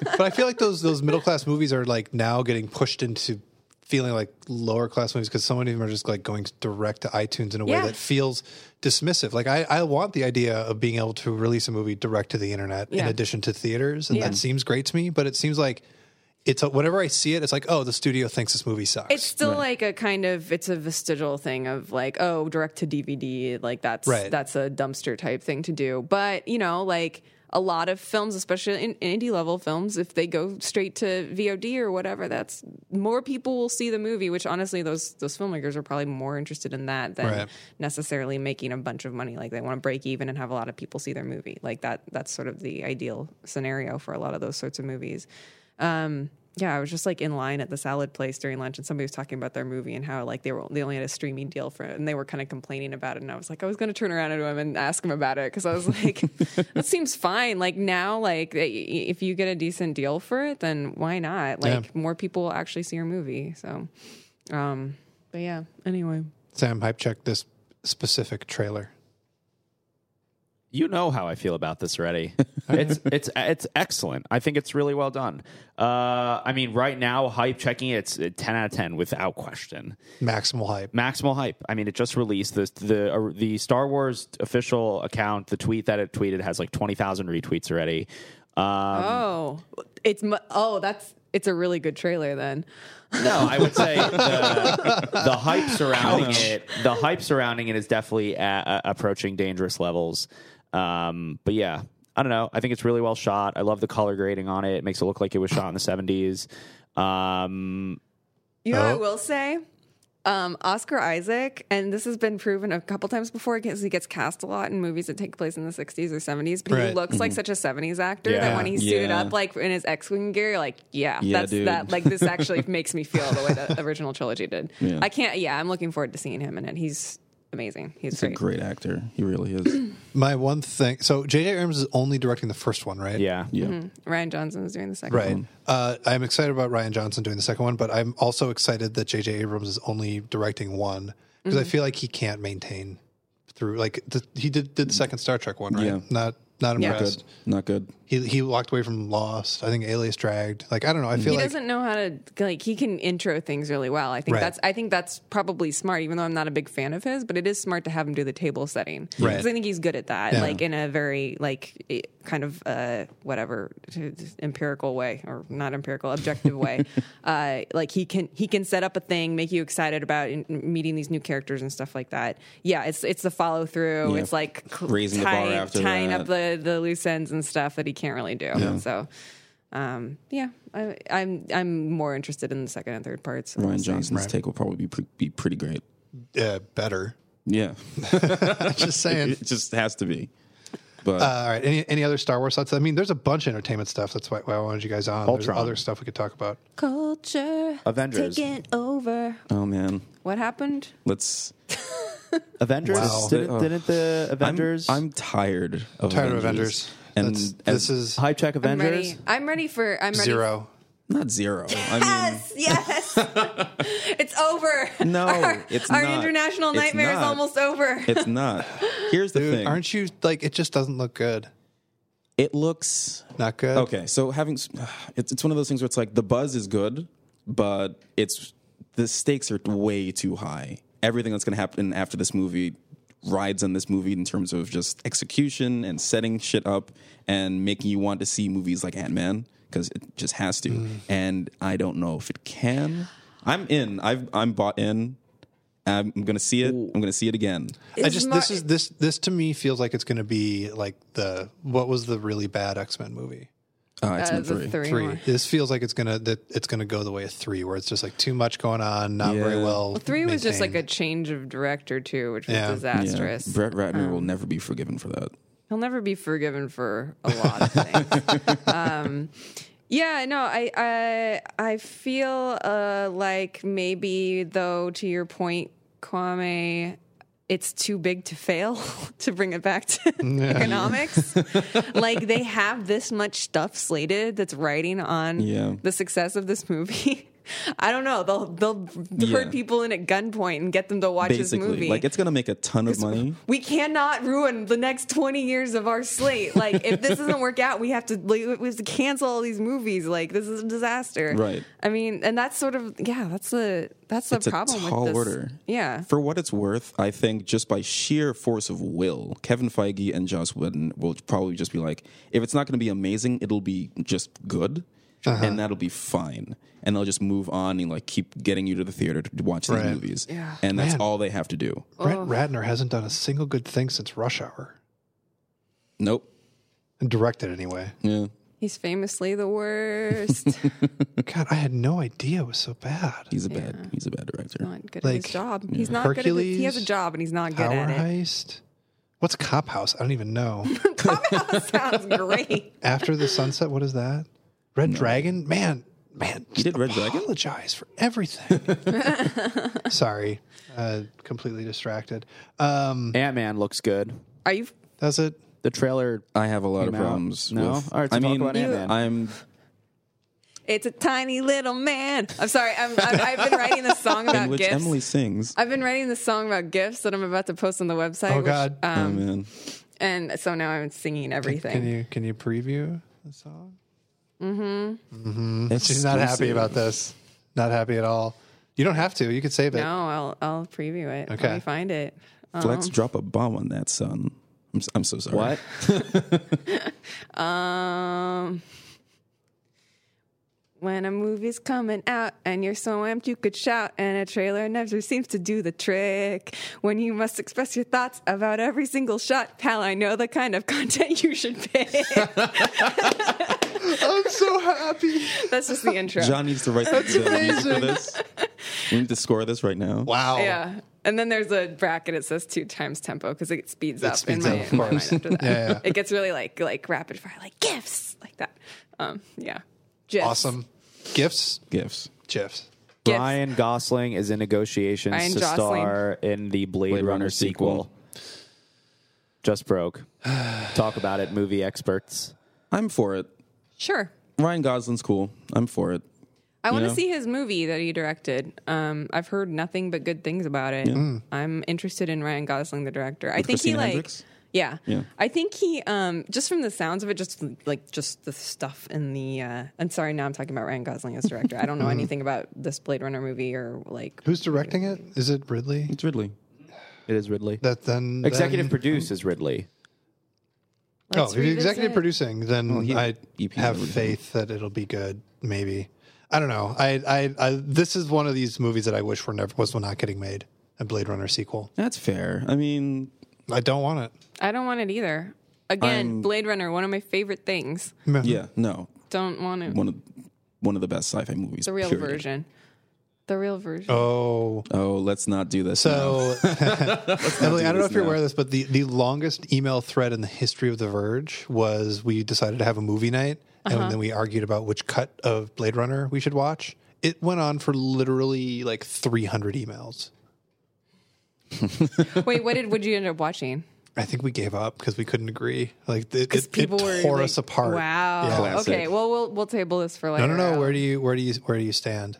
S1: But I feel like those those middle class movies are like now getting pushed into feeling like lower class movies because so many of them are just like going direct to iTunes in a way
S5: Yeah.
S1: that feels dismissive. Like I, I want the idea of being able to release a movie direct to the internet in
S5: Yeah.
S1: addition to theaters, and
S5: Yeah.
S1: that seems great to me. But it seems like it's a, whenever I see it, it's like oh, the studio thinks this movie sucks.
S5: It's still like a kind of it's a vestigial thing of like oh direct to DVD like that's
S1: Right.
S5: that's a dumpster type thing to do. But you know like a lot of films, especially in in indie level films, if they go straight to VOD or whatever, that's more people will see the movie. Which honestly, those those filmmakers are probably more interested in that than
S1: Right.
S5: necessarily making a bunch of money. Like they want to break even and have a lot of people see their movie. Like that that's sort of the ideal scenario for a lot of those sorts of movies. Um, yeah, I was just like in line at the salad place during lunch, and somebody was talking about their movie and how like they were they only had a streaming deal for it, and they were kind of complaining about it. And I was like, I was going to turn around to him and ask him about it because I was like, that seems fine. Like now, like i- i- if you get a decent deal for it, then why not? Like
S1: Yeah.
S5: more people will actually see your movie. So, um, but yeah. Anyway,
S1: Sam, hype check this specific trailer.
S3: You know how I feel about this already. it's it's it's excellent. I think it's really well done. Uh, I mean, right now, hype checking it's a ten out of ten without question.
S1: Maximal hype.
S3: Maximal hype. I mean, it just released this the uh, the Star Wars official account. The tweet that it tweeted has like twenty thousand retweets already. Um,
S5: oh, it's mu- oh that's it's a really good trailer then.
S3: No, I would say the, the hype surrounding it. The hype surrounding it is definitely a, a- approaching dangerous levels. Um, but yeah, I don't know. I think it's really well shot. I love the color grading on it. It makes it look like it was shot in the seventies. Um,
S5: You know what I
S1: Oh.
S5: will say? Um, Oscar Isaac, and this has been proven a couple times before because he gets cast a lot in movies that take place in the 60s or 70s, but he
S1: Right.
S5: looks like such a 70s actor
S3: Yeah.
S5: that when he's suited
S4: Yeah.
S5: up like in his X-Wing gear, you're like, yeah,
S4: Yeah,
S5: that's
S4: dude.
S5: that like this actually makes me feel the way the original trilogy did.
S4: Yeah.
S5: I can't yeah, I'm looking forward to seeing him in it. He's amazing. He's
S4: He's a
S5: great.
S4: great actor. He really is.
S5: Mm-hmm.
S1: My one thing. So J.J. Abrams is only directing the first one, right?
S3: yeah,
S4: Yeah.
S5: Ryan Johnson is doing the second
S1: Right.
S5: one.
S1: Uh, I'm excited about Ryan Johnson doing the second one, but I'm also excited that J.J. Abrams is only directing one because I feel like he can't maintain through. Like the, he did did the second Star Trek one, right?
S4: Yeah.
S1: Not not
S5: Yeah.
S1: impressed.
S4: Not good.
S1: He he walked away from Lost. I think Alias dragged. Like I don't know. I feel
S5: He
S1: like
S5: doesn't know how to like he can intro things really well. I think
S1: Right.
S5: that's I think that's probably smart, even though I'm not a big fan of his, but it is smart to have him do the table setting.
S1: Right.
S5: Because I think he's good at that,
S1: Yeah.
S5: like in a very like eh, kind of uh whatever empirical way or not empirical, objective way. uh like he can he can set up a thing, make you excited about in, meeting these new characters and stuff like that. Yeah, it's it's the follow through.
S4: Yeah.
S5: It's like cl-
S4: Raising the bar after
S5: tying
S4: that.
S5: up the the loose ends and stuff that he can't really do. So, um, yeah, I, I'm I'm more interested in the second and third parts.
S4: Ryan Johnson's take will probably be, pre- be pretty great.
S1: uh, better.
S4: Yeah.
S1: Just saying.
S4: it just has to be. But
S1: Uh, all right. Any any other Star Wars thoughts? I mean, there's a bunch of entertainment stuff. That's why, why I wanted you guys on. There's
S3: Ultron.
S1: other stuff we could talk about.
S5: Culture
S3: Avengers.
S5: taking over.
S4: oh man,
S5: What happened?
S4: let's.
S3: Avengers.
S1: Wow.
S3: Didn't, didn't the
S4: Uh, I'm-
S3: Avengers?
S4: I'm, tired of
S1: Tired of
S4: Avengers.
S1: Avengers.
S4: And,
S1: That's-
S4: and
S1: this is
S3: hype check
S5: I'm
S3: Avengers.
S5: ready. I'm ready for. I'm ready.
S1: zero.
S4: not zero. I mean,
S5: Yes, yes. it's over.
S4: No,
S5: our,
S4: it's
S5: our
S4: not.
S5: international
S4: It's
S5: nightmare is
S4: not.
S5: almost over.
S4: it's not. Here's the
S1: Dude,
S4: thing.
S1: aren't you like it? Just doesn't look good.
S4: it looks
S1: Not good.
S4: okay. So having s- it's it's one of those things where it's like the buzz is good, but it's the stakes are way too high. Everything that's going to happen after this movie rides on this movie in terms of just execution and setting shit up and making you want to see movies like Ant Man because it just has to.
S5: Mm.
S4: And I don't know if it can. I'm in. I've I'm bought in. I'm gonna see it. I'm gonna see it again.
S1: I
S5: Is
S1: just
S5: Mar-
S1: this is this this to me feels like it's going to be like the what was the really bad X Men movie
S4: Uh, it's
S5: Uh,
S4: meant
S5: the
S4: three.
S5: three.
S1: three.
S5: more.
S1: This feels like it's gonna that it's gonna go the way of three, where it's just like too much going on, not very
S4: Yeah.
S1: well.
S5: Well, three was just like a
S1: maintained.
S5: change of director too, which was
S1: Yeah.
S4: Yeah.
S5: disastrous.
S4: Brett
S5: Um.
S4: Ratner will never be forgiven for that.
S5: He'll never be forgiven for a lot of things. um, yeah, no, I I, I feel uh, like maybe though to your point, Kwame, it's too big to fail to bring it back to economics. like they have this much stuff slated that's writing on
S4: Yeah.
S5: the success of this movie. I don't know. They'll they'll
S4: Yeah.
S5: herd people in at gunpoint and get them to watch this
S4: Basically,
S5: movie.
S4: like it's gonna make a ton of money.
S5: We cannot ruin the next 20 years of our slate. Like, if this doesn't work out, we have to like, we have to cancel all these movies. Like, this is a disaster.
S4: Right.
S5: I mean, and that's sort of yeah. That's the that's the
S4: It's a
S5: problem
S4: tall
S5: with this.
S4: order.
S5: Yeah.
S4: For what it's worth, I think just by sheer force of will, Kevin Feige and Joss Whedon will probably just be like, if it's not going to be amazing, it'll be just good,
S3: Uh-huh.
S4: and that'll be fine, and they'll just move on and like keep getting you to the theater to watch these
S1: Right.
S4: movies, and that's
S1: Man.
S4: all they have to do.
S1: Brett Ratner hasn't done a single good thing since Rush Hour,
S4: Nope.
S1: and directed anyway.
S4: Yeah.
S5: He's famously the worst.
S1: God, I had no idea it was so bad.
S4: He's a bad. He's a bad director.
S5: not good at
S1: Like,
S5: his job. He's not good at it.
S1: Hercules,
S5: He has a job and he's not good
S1: Power
S5: at it.
S1: Heist. What's Cop House? I don't even know.
S5: Sounds great.
S1: After the Sunset, what is that? Red Dragon? Man, man,
S4: You did Red Dragon?
S1: apologize for everything. Sorry, uh, completely distracted. Um,
S3: Ant Man looks good.
S5: Are you?
S1: does it?
S3: The trailer.
S4: I have a lot of
S3: Came out.
S4: problems.
S3: No?
S4: with,
S3: All right, so talk
S4: I mean,
S3: about Ant-Man.
S4: I'm
S5: It's a tiny little man. I'm sorry. I'm, I'm, I've been writing this song
S4: in
S5: about
S4: which
S5: gifts.
S4: Emily sings.
S5: I've been writing this song about gifts that I'm about to post on the website.
S1: Oh,
S5: which,
S1: God.
S5: um,
S4: oh man,
S5: and so now I'm singing everything.
S1: Can you can you preview the song?
S4: It's
S1: She's not happy
S4: exclusive.
S1: about this. Not happy at all. You don't have to. You could save it.
S5: no, I'll I'll preview it.
S1: Okay.
S5: Let me find it. Um,
S4: Flex. Drop a bomb on that, son. I'm, s- I'm so sorry.
S3: What?
S5: Um, when a movie's coming out and you're so amped you could shout, and a trailer never seems to do the trick. When you must express your thoughts about every single shot, pal, I know the kind of content you should pick.
S1: I'm so happy.
S5: That's just the intro.
S4: John needs to write the music for this. We need to score this right now.
S1: Wow.
S5: Yeah. And then there's a bracket. It says two times tempo because it speeds up
S1: speeds
S5: in my,
S1: up, of
S5: in my mind
S1: course.
S5: after that.
S1: Yeah, yeah.
S5: It gets really like like rapid fire, like gifts, like that. Um, yeah. Gifs.
S1: Awesome. Gifts.
S4: Gifts.
S1: Gifts.
S5: Gifs.
S3: Ryan Gosling is in negotiations
S5: Ryan
S3: to
S5: Jostling.
S3: star in the Blade,
S4: Blade
S3: Runner,
S4: Runner
S3: sequel.
S4: sequel.
S3: Just broke. Talk about it, movie experts.
S4: I'm for it.
S5: Sure.
S4: Ryan Gosling's cool. I'm for it.
S5: I want to
S4: know?
S5: see his movie that he directed. Um, I've heard nothing but good things about it.
S1: Mm.
S5: I'm interested in Ryan Gosling, the director. I think he
S4: Christina
S5: like,
S4: Hendricks?
S5: yeah,
S4: Yeah.
S5: I think he um, just from the sounds of it, just like just the stuff in the. Uh, I'm sorry, now I'm talking about Ryan Gosling as director. I don't
S4: Mm.
S5: know anything about this Blade Runner movie or like
S1: Who's directing it? Is it Ridley?
S4: It's Ridley.
S3: It is Ridley.
S1: That then
S3: Executive
S1: then-
S3: produce is Ridley.
S1: Oh,
S5: Let's
S1: if you're executive
S5: revisit.
S1: producing, then
S4: he-
S1: I
S4: EP
S1: have
S4: everything.
S1: faith that it'll be good. Maybe I don't know. I, I, I this is one of these movies that I wish were never was not getting made. A Blade Runner sequel.
S4: That's fair. I mean,
S1: I don't want
S5: I don't want it either. Again,
S4: I'm-
S5: Blade Runner, one of my favorite things.
S1: it.
S4: yeah, no.
S5: Don't want it.
S4: One of one of the best sci-fi movies.
S5: the real
S4: period.
S5: version. The real version.
S1: Oh,
S4: Oh, let's not do this. now.
S1: so Emily, I don't know if you're
S4: now.
S1: aware of this, but the the longest email thread in the history of The Verge was we decided to have a movie night,
S5: Uh-huh.
S1: and then we argued about which cut of Blade Runner we should watch. It went on for literally like 300 emails. Oh.
S5: Wait, what did would you end up watching?
S1: I think we gave up because we couldn't agree. Like it, it,
S5: Because
S1: it
S5: people were
S1: tore
S5: like,
S1: us apart.
S5: Wow.
S1: Yeah.
S4: Classic.
S5: Okay. Well, we'll we'll table this for
S1: No,
S5: later.
S1: no, no.
S5: Al.
S1: Where do you, where do you, where do you stand?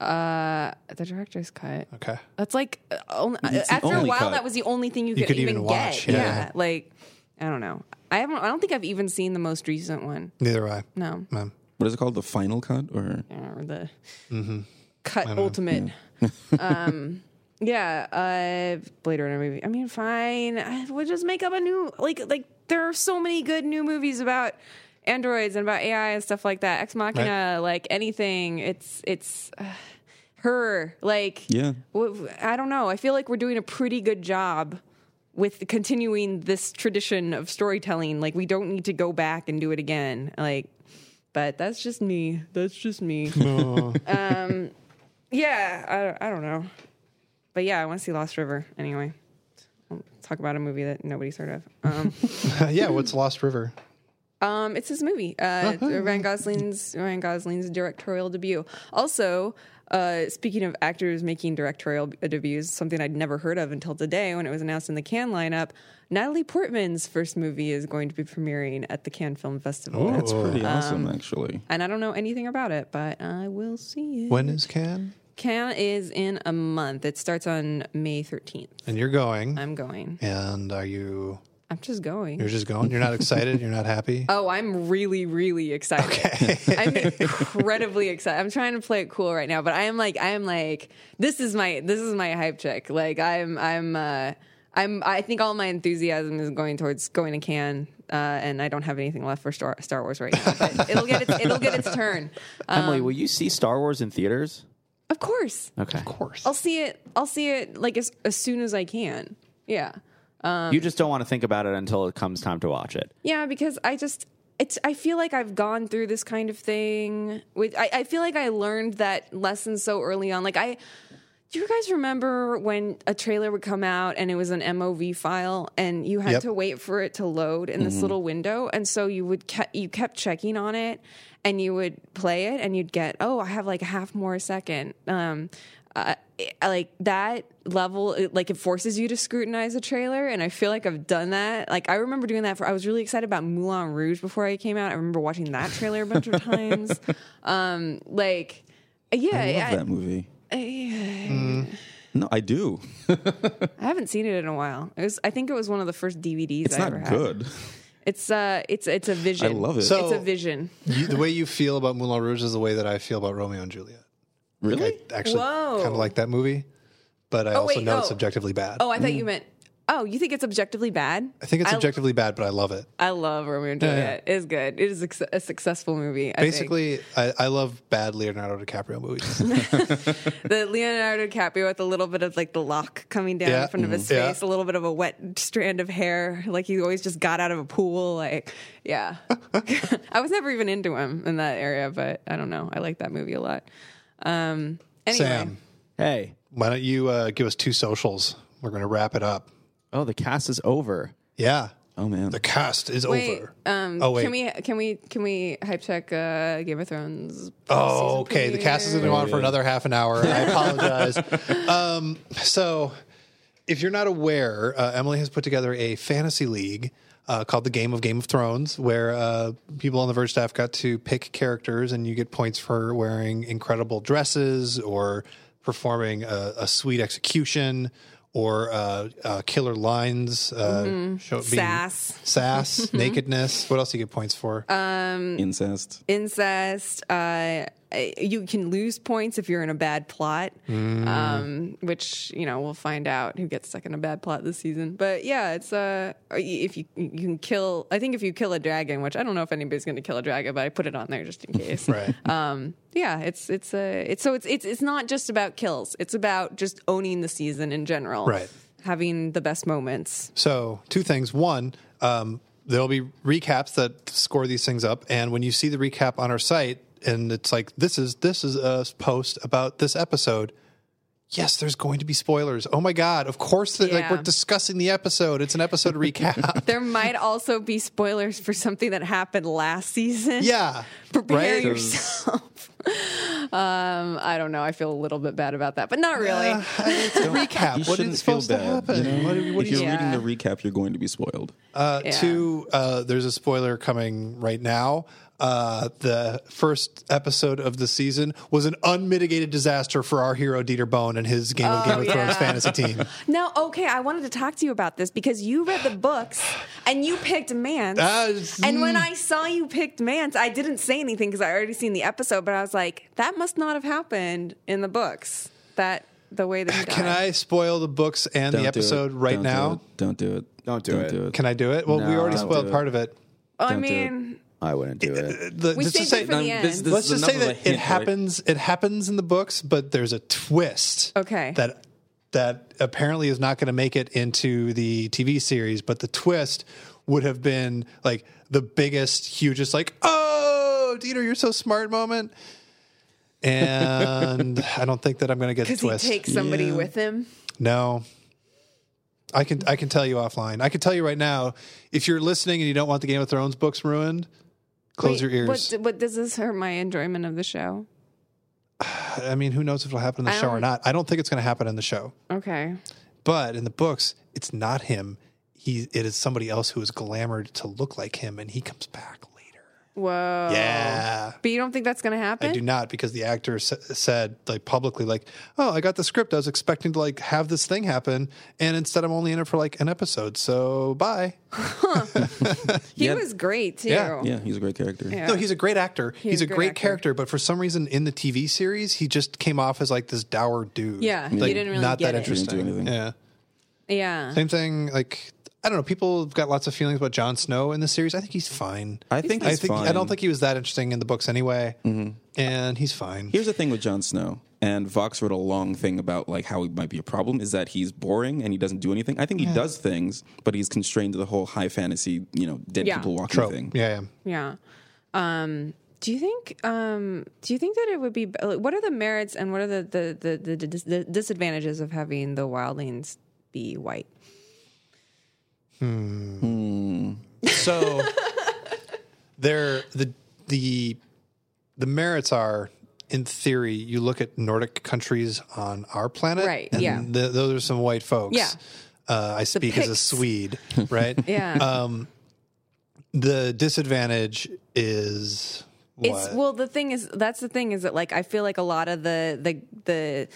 S5: uh, the director's cut.
S1: Okay.
S5: That's like uh, only,
S4: It's the
S5: after a
S4: only
S5: while,
S4: cut.
S5: that was the only thing you could,
S1: could
S5: even,
S1: even watch,
S5: get.
S1: yeah.
S5: Yeah. Like, I don't know. I haven't. I don't think I've even seen the most recent one.
S1: Neither am I.
S5: No.
S1: No.
S4: what is it called? The final cut or
S5: Yeah, or the cut ultimate. um, yeah, uh, Blade Runner movie. I mean, fine. I would just make up a new like like. There are so many good new movies about androids and about AI and stuff like that. Ex Machina, like anything. It's it's uh, her. Like
S4: Yeah.
S5: w- I don't know. I feel like we're doing a pretty good job with continuing this tradition of storytelling. Like we don't need to go back and do it again. Like, but that's just me. That's just me. um, yeah, I don't, I don't know, but yeah, I want to see Lost River anyway. I'll talk about a movie that nobody's heard of. Um,
S1: yeah. What's Lost River?
S5: um, it's his movie, uh, Ryan Gosling's Ryan Gosling's directorial debut. Also, uh, speaking of actors making directorial b- uh, debuts, something I'd never heard of until today when it was announced in the Cannes lineup. Natalie Portman's first movie is going to be premiering at the Cannes Film Festival,
S4: That's pretty
S5: Um,
S4: awesome, actually.
S5: and I don't know anything about it, but I will see it.
S1: When is Can?
S5: Cannes is in a month. It starts on May thirteenth.
S1: And you're going.
S5: I'm going.
S1: And are you?
S5: I'm just going.
S1: You're just going. You're not excited. You're not happy.
S5: Oh, I'm really, really excited. I'm incredibly excited. I'm trying to play it cool right now, but I am like, I am like, this is my, this is my hype check. Like, I'm, I'm, uh, I'm, I think all my enthusiasm is going towards going to Cannes, uh, and I don't have anything left for Star, Star Wars right now. But it'll get, its, it'll get its turn. Uh,
S3: Emily, will you see Star Wars in theaters?
S5: of course,
S3: Okay.
S1: Of course.
S5: I'll see it. I'll see it like as, as soon as I can. Yeah.
S3: you just don't want to think about it until it comes time to watch it.
S5: Yeah, because I just it's I feel like I've gone through this kind of thing with I, I feel like I learned that lesson so early on. Like I Do you guys remember when a trailer would come out and it was an MOV file and you had
S1: Yep.
S5: to wait for it to load in
S4: Mm-hmm.
S5: this little window and so you would ke- you kept checking on it and you would play it and you'd get oh I have like a half more second um uh, it- like that level it, like it forces you to scrutinize a trailer and I feel like I've done that like I remember doing that for I was really excited about Moulin Rouge before I came out I remember watching that trailer a bunch of times um like yeah
S4: I love that movie. No, I do.
S5: I haven't seen it in a while. It was, I think it was one of the first DVDs
S4: It's
S5: I ever
S4: not
S5: had.
S4: good.
S5: It's uh, it's it's a vision.
S4: love it.
S5: it's
S1: So-
S5: a vision.
S1: You, the way you feel about Moulin Rouge is the way that I feel about Romeo and Juliet.
S4: Really?
S1: I actually
S5: Whoa.
S1: kind of like that movie, but I also
S5: wait,
S1: know it's
S5: oh.
S1: objectively bad.
S5: Oh, I thought you meant. Oh, you think it's objectively bad?
S1: Mm. I think it's
S5: I-
S1: objectively bad, but I love it.
S5: I love Romeo and Juliet. It is good. It is a, suc- a successful movie. I
S1: Basically, I, I love bad Leonardo DiCaprio movies.
S5: think. the Leonardo DiCaprio with a little bit of like the lock coming down
S1: Yeah.
S5: in front of his
S1: Mhm. Yeah.
S5: face, a little bit of a wet strand of hair, like he always just got out of a pool. Like, yeah, I was never even into him in that area, but I don't know. I like that movie a lot. Um, anyway.
S1: Sam,
S3: Hey,
S1: why don't you uh, give us two socials? We're going to wrap it up.
S3: oh, the cast is over.
S1: Yeah.
S4: Oh man.
S1: The cast is
S5: Wait,
S1: over.
S5: um,
S1: oh, wait.
S5: can we can we can we hype check uh, Game of Thrones?
S1: Oh,
S5: season
S1: okay. The cast is going
S5: premiere?
S1: to go on for another half an hour. I apologize. um, so, if you're not aware, uh, Emily has put together a fantasy league uh, called the Game of Game of Thrones, where uh, people on the Verge staff got to pick characters, and you get points for wearing incredible dresses or performing a, a sweet execution or uh, uh, killer lines, uh, show, being-
S5: Sass.
S1: sass, nakedness. What else do you get points for?
S4: Incest.
S5: incest. Uh, I- you can lose points if you're in a bad plot,
S1: Mm.
S5: um, which you know we'll find out who gets stuck in a bad plot this season. But yeah, it's uh, if you you can kill, I think if you kill a dragon, which I don't know if anybody's going to kill a dragon, but I put it on there just in case.
S1: right.
S5: um yeah it's it's a it's so it's it's it's not just about kills it's about just owning the season in general
S1: Right.
S5: having the best moments
S1: So, two things. One, um, there'll be recaps that score these things up, and when you see the recap on our site, and it's like this is this is a post about this episode. Yes, there's going to be spoilers. Oh my god! Of course, that like
S5: Yeah.
S1: we're discussing the episode. It's an episode recap.
S5: there might also be spoilers for something that happened last season
S1: yeah,
S5: prepare
S1: right.
S5: yourself um i don't know i feel a little bit bad about that but not really
S1: Uh, it's a recap. What is supposed to happen?
S4: you know?
S1: What- what
S4: if
S1: do you
S4: you're
S5: Yeah.
S4: reading the recap, you're going to be spoiled.
S1: Uh,
S5: Yeah.
S1: Two, uh, there's a spoiler coming right now. Uh, the first episode of the season was an unmitigated disaster for our hero Dieter Bone and his Game of
S5: Oh,
S1: Game of Thrones
S5: yeah.
S1: fantasy team.
S5: now okay i wanted to talk to you about this because you read the books and you picked mance
S1: Ah, it's-
S5: and when i saw you picked mance i didn't say anything because i already seen the episode but i was like that must not have happened in the books that the way that he
S1: Can
S5: died.
S1: I spoil the books and
S4: Don't
S1: the
S4: do
S1: episode
S4: it.
S1: right
S4: Don't do
S1: now?
S4: it. Don't do it.
S3: Don't do it.
S1: Can I do it? Well, we
S3: No,
S1: already
S3: don't
S1: spoiled
S4: do it.
S1: part of it. Uh,
S5: oh, i
S4: don't do it.
S5: mean
S3: I wouldn't do it.
S1: The-
S5: we
S1: just to
S5: saved
S1: say-
S5: it for the
S4: no,
S5: end
S4: this- this-
S1: Let's just
S4: enough
S1: say
S4: of a
S1: that
S4: hint,
S1: it happens. It happens in the books, but there's a twist.
S5: Okay.
S1: That that apparently is not going to make it into the TV series, but the twist would have been like the biggest, hugest, like oh, Dieter, you're so smart moment. And I don't think that I'm going to get the
S5: because he
S1: twist.
S5: takes somebody
S4: Yeah.
S5: with him
S1: No. I can I can tell you offline. I can tell you right now, if you're listening and you don't want the Game of Thrones books ruined, close
S5: Wait,
S1: your ears.
S5: what, what does this hurt my enjoyment of the show
S1: I mean, who knows if it'll happen in the
S5: I
S1: show or
S5: don't-
S1: not? I don't think it's going to happen in the show.
S5: okay
S1: But in the books, it's not him. He it is somebody else who is glamored to look like him, and he comes back later.
S5: whoa
S1: Yeah.
S5: but you don't think that's gonna happen
S1: I do not because the actor s- said like publicly like, "Oh, I got the script. I was expecting to like have this thing happen, and instead I'm only in it for like an episode. So bye."
S5: he
S4: Yeah.
S5: was great too
S1: Yeah.
S4: Yeah, he's a great character.
S5: Yeah.
S1: No, he's a great actor. He's,
S5: a
S1: a
S5: great
S1: great,
S5: actor.
S1: character, but for some reason in the TV series, he just came off as like this dour dude.
S5: Yeah, you
S1: like,
S5: didn't really
S1: not
S5: get
S1: that
S5: it.
S4: Didn't do
S1: interesting.
S4: anything.
S1: Yeah.
S5: yeah
S1: Same thing. Like I don't know. People have got lots of feelings about Jon Snow in the series. I think he's fine.
S4: I think
S1: I
S4: he's
S1: think I
S4: fine. Mm-hmm.
S1: don't think he was that interesting in the books anyway. And he's fine.
S4: Here's the thing with Jon Snow, and Vox wrote a long thing about like how he might be a problem is that he's boring and he doesn't do anything. I think he does things, but he's constrained to the whole high fantasy, you know, dead
S5: Yeah.
S4: people walking
S1: Trope.
S4: thing.
S1: Yeah, yeah.
S5: Yeah. Um, Do you think? Um, do you think that it would be? Like, what are the merits and what are the the the, the, dis- the disadvantages of having the wildlings be white?
S1: So there the the the merits are in theory you look at Nordic countries on our planet
S5: Right,
S1: and
S5: yeah.
S1: th- those are some white folks.
S5: Yeah.
S1: Uh, I speak as a
S5: Picts.
S1: Swede, right? Um,
S5: Yeah.
S1: The disadvantage is what?
S5: It's well, the thing is, that's the thing is that like I feel like a lot of the the the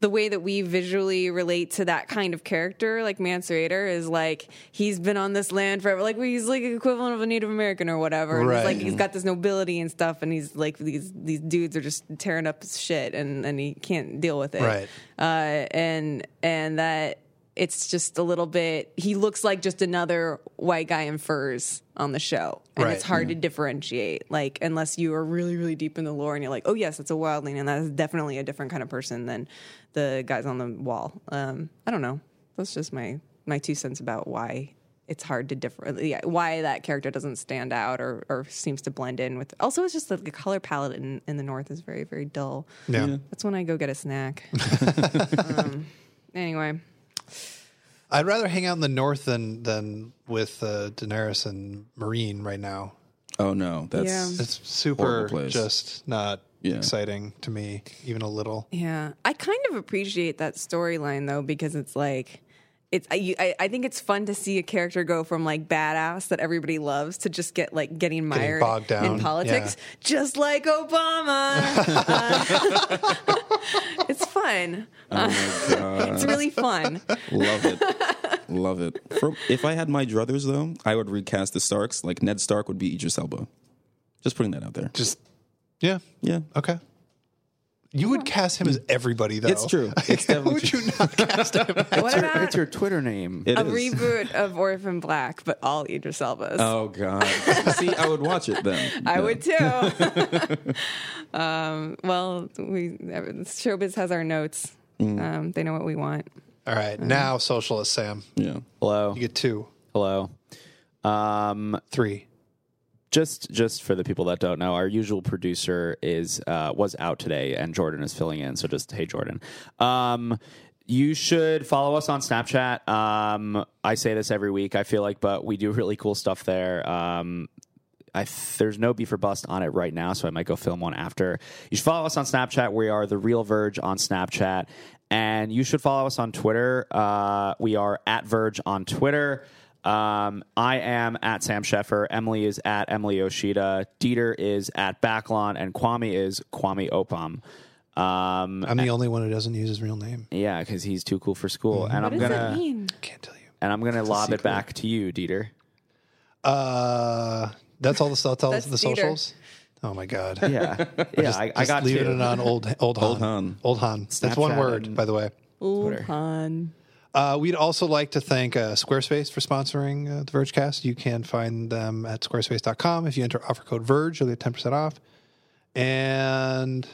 S5: the way that we visually relate to that kind of character, like Mansurator, is like he's been on this land forever. Like he's like equivalent of a Native American or whatever. And
S1: Right.
S5: He's like he's got this nobility and stuff, and he's like these these dudes are just tearing up his shit, and and he can't deal with it.
S1: Right.
S5: Uh, and and that it's just a little bit. He looks like just another white guy in furs on the show, and it's
S1: Right.
S5: hard to differentiate. Like unless you are really really deep in the lore and you're like, oh yes, that's a wildling, and that is definitely a different kind of person than the guys on the wall. Um, I don't know. That's just my my two cents about why it's hard to differ. Yeah, why that character doesn't stand out or or seems to blend in with. Also, it's just that the color palette in, in the north is very very dull.
S1: yeah.
S5: That's when I go get a snack. um, anyway,
S1: I'd rather hang out in the north than than with uh, Daenerys and Marine right now.
S4: Oh no, that's
S1: It's super
S4: Horrible place.
S1: just not
S4: Yeah.
S1: exciting to me, even a little.
S5: yeah, I kind of appreciate that storyline though because it's like. It's I, you- I, I think it's fun to see a character go from like badass that everybody loves to just get like getting mired
S1: bogged down,
S5: in politics, just like Obama. Uh, it's fun.
S4: oh my god.
S5: It's really fun.
S4: Love it. Love it. For, if I had my druthers, though, I would recast the Starks. Like Ned Stark would be Idris Elba. Just putting that out there.
S1: Just yeah.
S4: Yeah.
S1: Okay. You would cast him as everybody, though.
S4: It's true. It's definitely
S1: would you not cast him? as-
S5: What about
S3: your Twitter name.
S4: It
S5: a
S4: is.
S5: reboot of Orphan Black, but all Idris Elba's?
S4: Oh God. See, I would watch it then.
S5: I
S4: Yeah.
S5: would too. um, well, we showbiz has our notes.
S4: Mm.
S5: Um, they know what we want.
S1: All right, now socialist Sam,
S4: Yeah.
S3: Hello.
S1: you get two,
S3: Hello. Um,
S1: three.
S3: just just for the people that don't know, our usual producer is uh, was out today, and Jordan is filling in. So just hey, Jordan. Um, you should follow us on Snapchat. Um, I say this every week. I feel like, but we do really cool stuff there. Um, I there's no beef or bust on it right now, so I might go film one after. You should follow us on Snapchat. We are the Real Verge on Snapchat, and you should follow us on Twitter. Uh, we are at Verge on Twitter. Um, I am at Sam Sheffer. Emily is at Emily Oshida. Dieter is at Backlon, and Kwame is Kwame Opam. Um,
S1: I'm the only one who doesn't use his real name.
S3: yeah, because he's too cool for school, and
S5: Mm-hmm. What
S3: I'm
S5: does
S3: gonna
S5: that mean?
S1: Can't tell you.
S3: and I'm gonna lob it back to you, Dieter.
S1: Uh, that's all the that's all
S5: That's
S1: the
S5: Peter.
S1: socials. Oh my god.
S3: Yeah, yeah. I, I
S1: Just
S3: got
S1: leaving
S3: two.
S1: it on old old Han. Old
S4: Han.
S1: That's one
S3: Snapchat
S1: word,
S3: and-
S1: by the way.
S5: Wuhan.
S1: Uh, we'd also like to thank uh, Squarespace for sponsoring uh, the Vergecast. You can find them at squarespace.com. If you enter offer code Verge, you'll get 10% off. And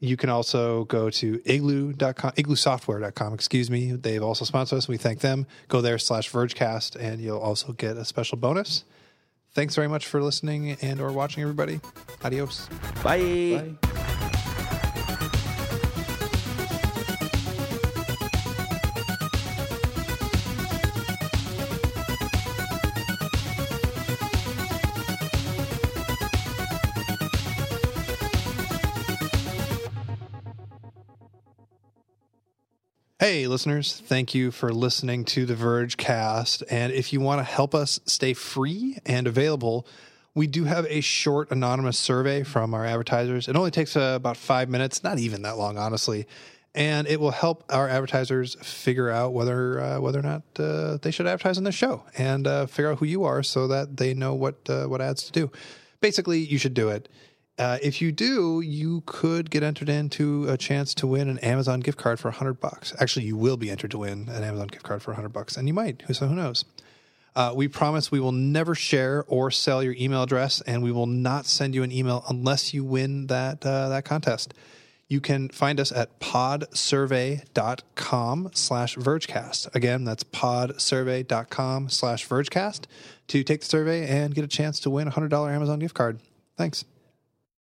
S1: you can also go to igloo.com, igloosoftware.com, excuse me. They've also sponsored us. We thank them. Go there slash Vergecast, and you'll also get a special bonus. Thanks very much for listening and or watching, everybody. Adios.
S3: Bye.
S1: Hey, listeners, thank you for listening to The Verge cast. And if you want to help us stay free and available, we do have a short anonymous survey from our advertisers. It only takes uh, about five minutes, not even that long, honestly. And it will help our advertisers figure out whether uh, whether or not uh, they should advertise on the show and uh, figure out who you are so that they know what uh, what ads to do. Basically, you should do it. Uh, if you do, you could get entered into a chance to win an Amazon gift card for 100 bucks. Actually, you will be entered to win an Amazon gift card for 100 bucks, and you might. Who so who knows? Uh, we promise we will never share or sell your email address, and we will not send you an email unless you win that uh, that contest. You can find us at podsurvey.com slash vergecast. Again, that's podsurvey.com slash vergecast to take the survey and get a chance to win a $100 Amazon gift card. Thanks.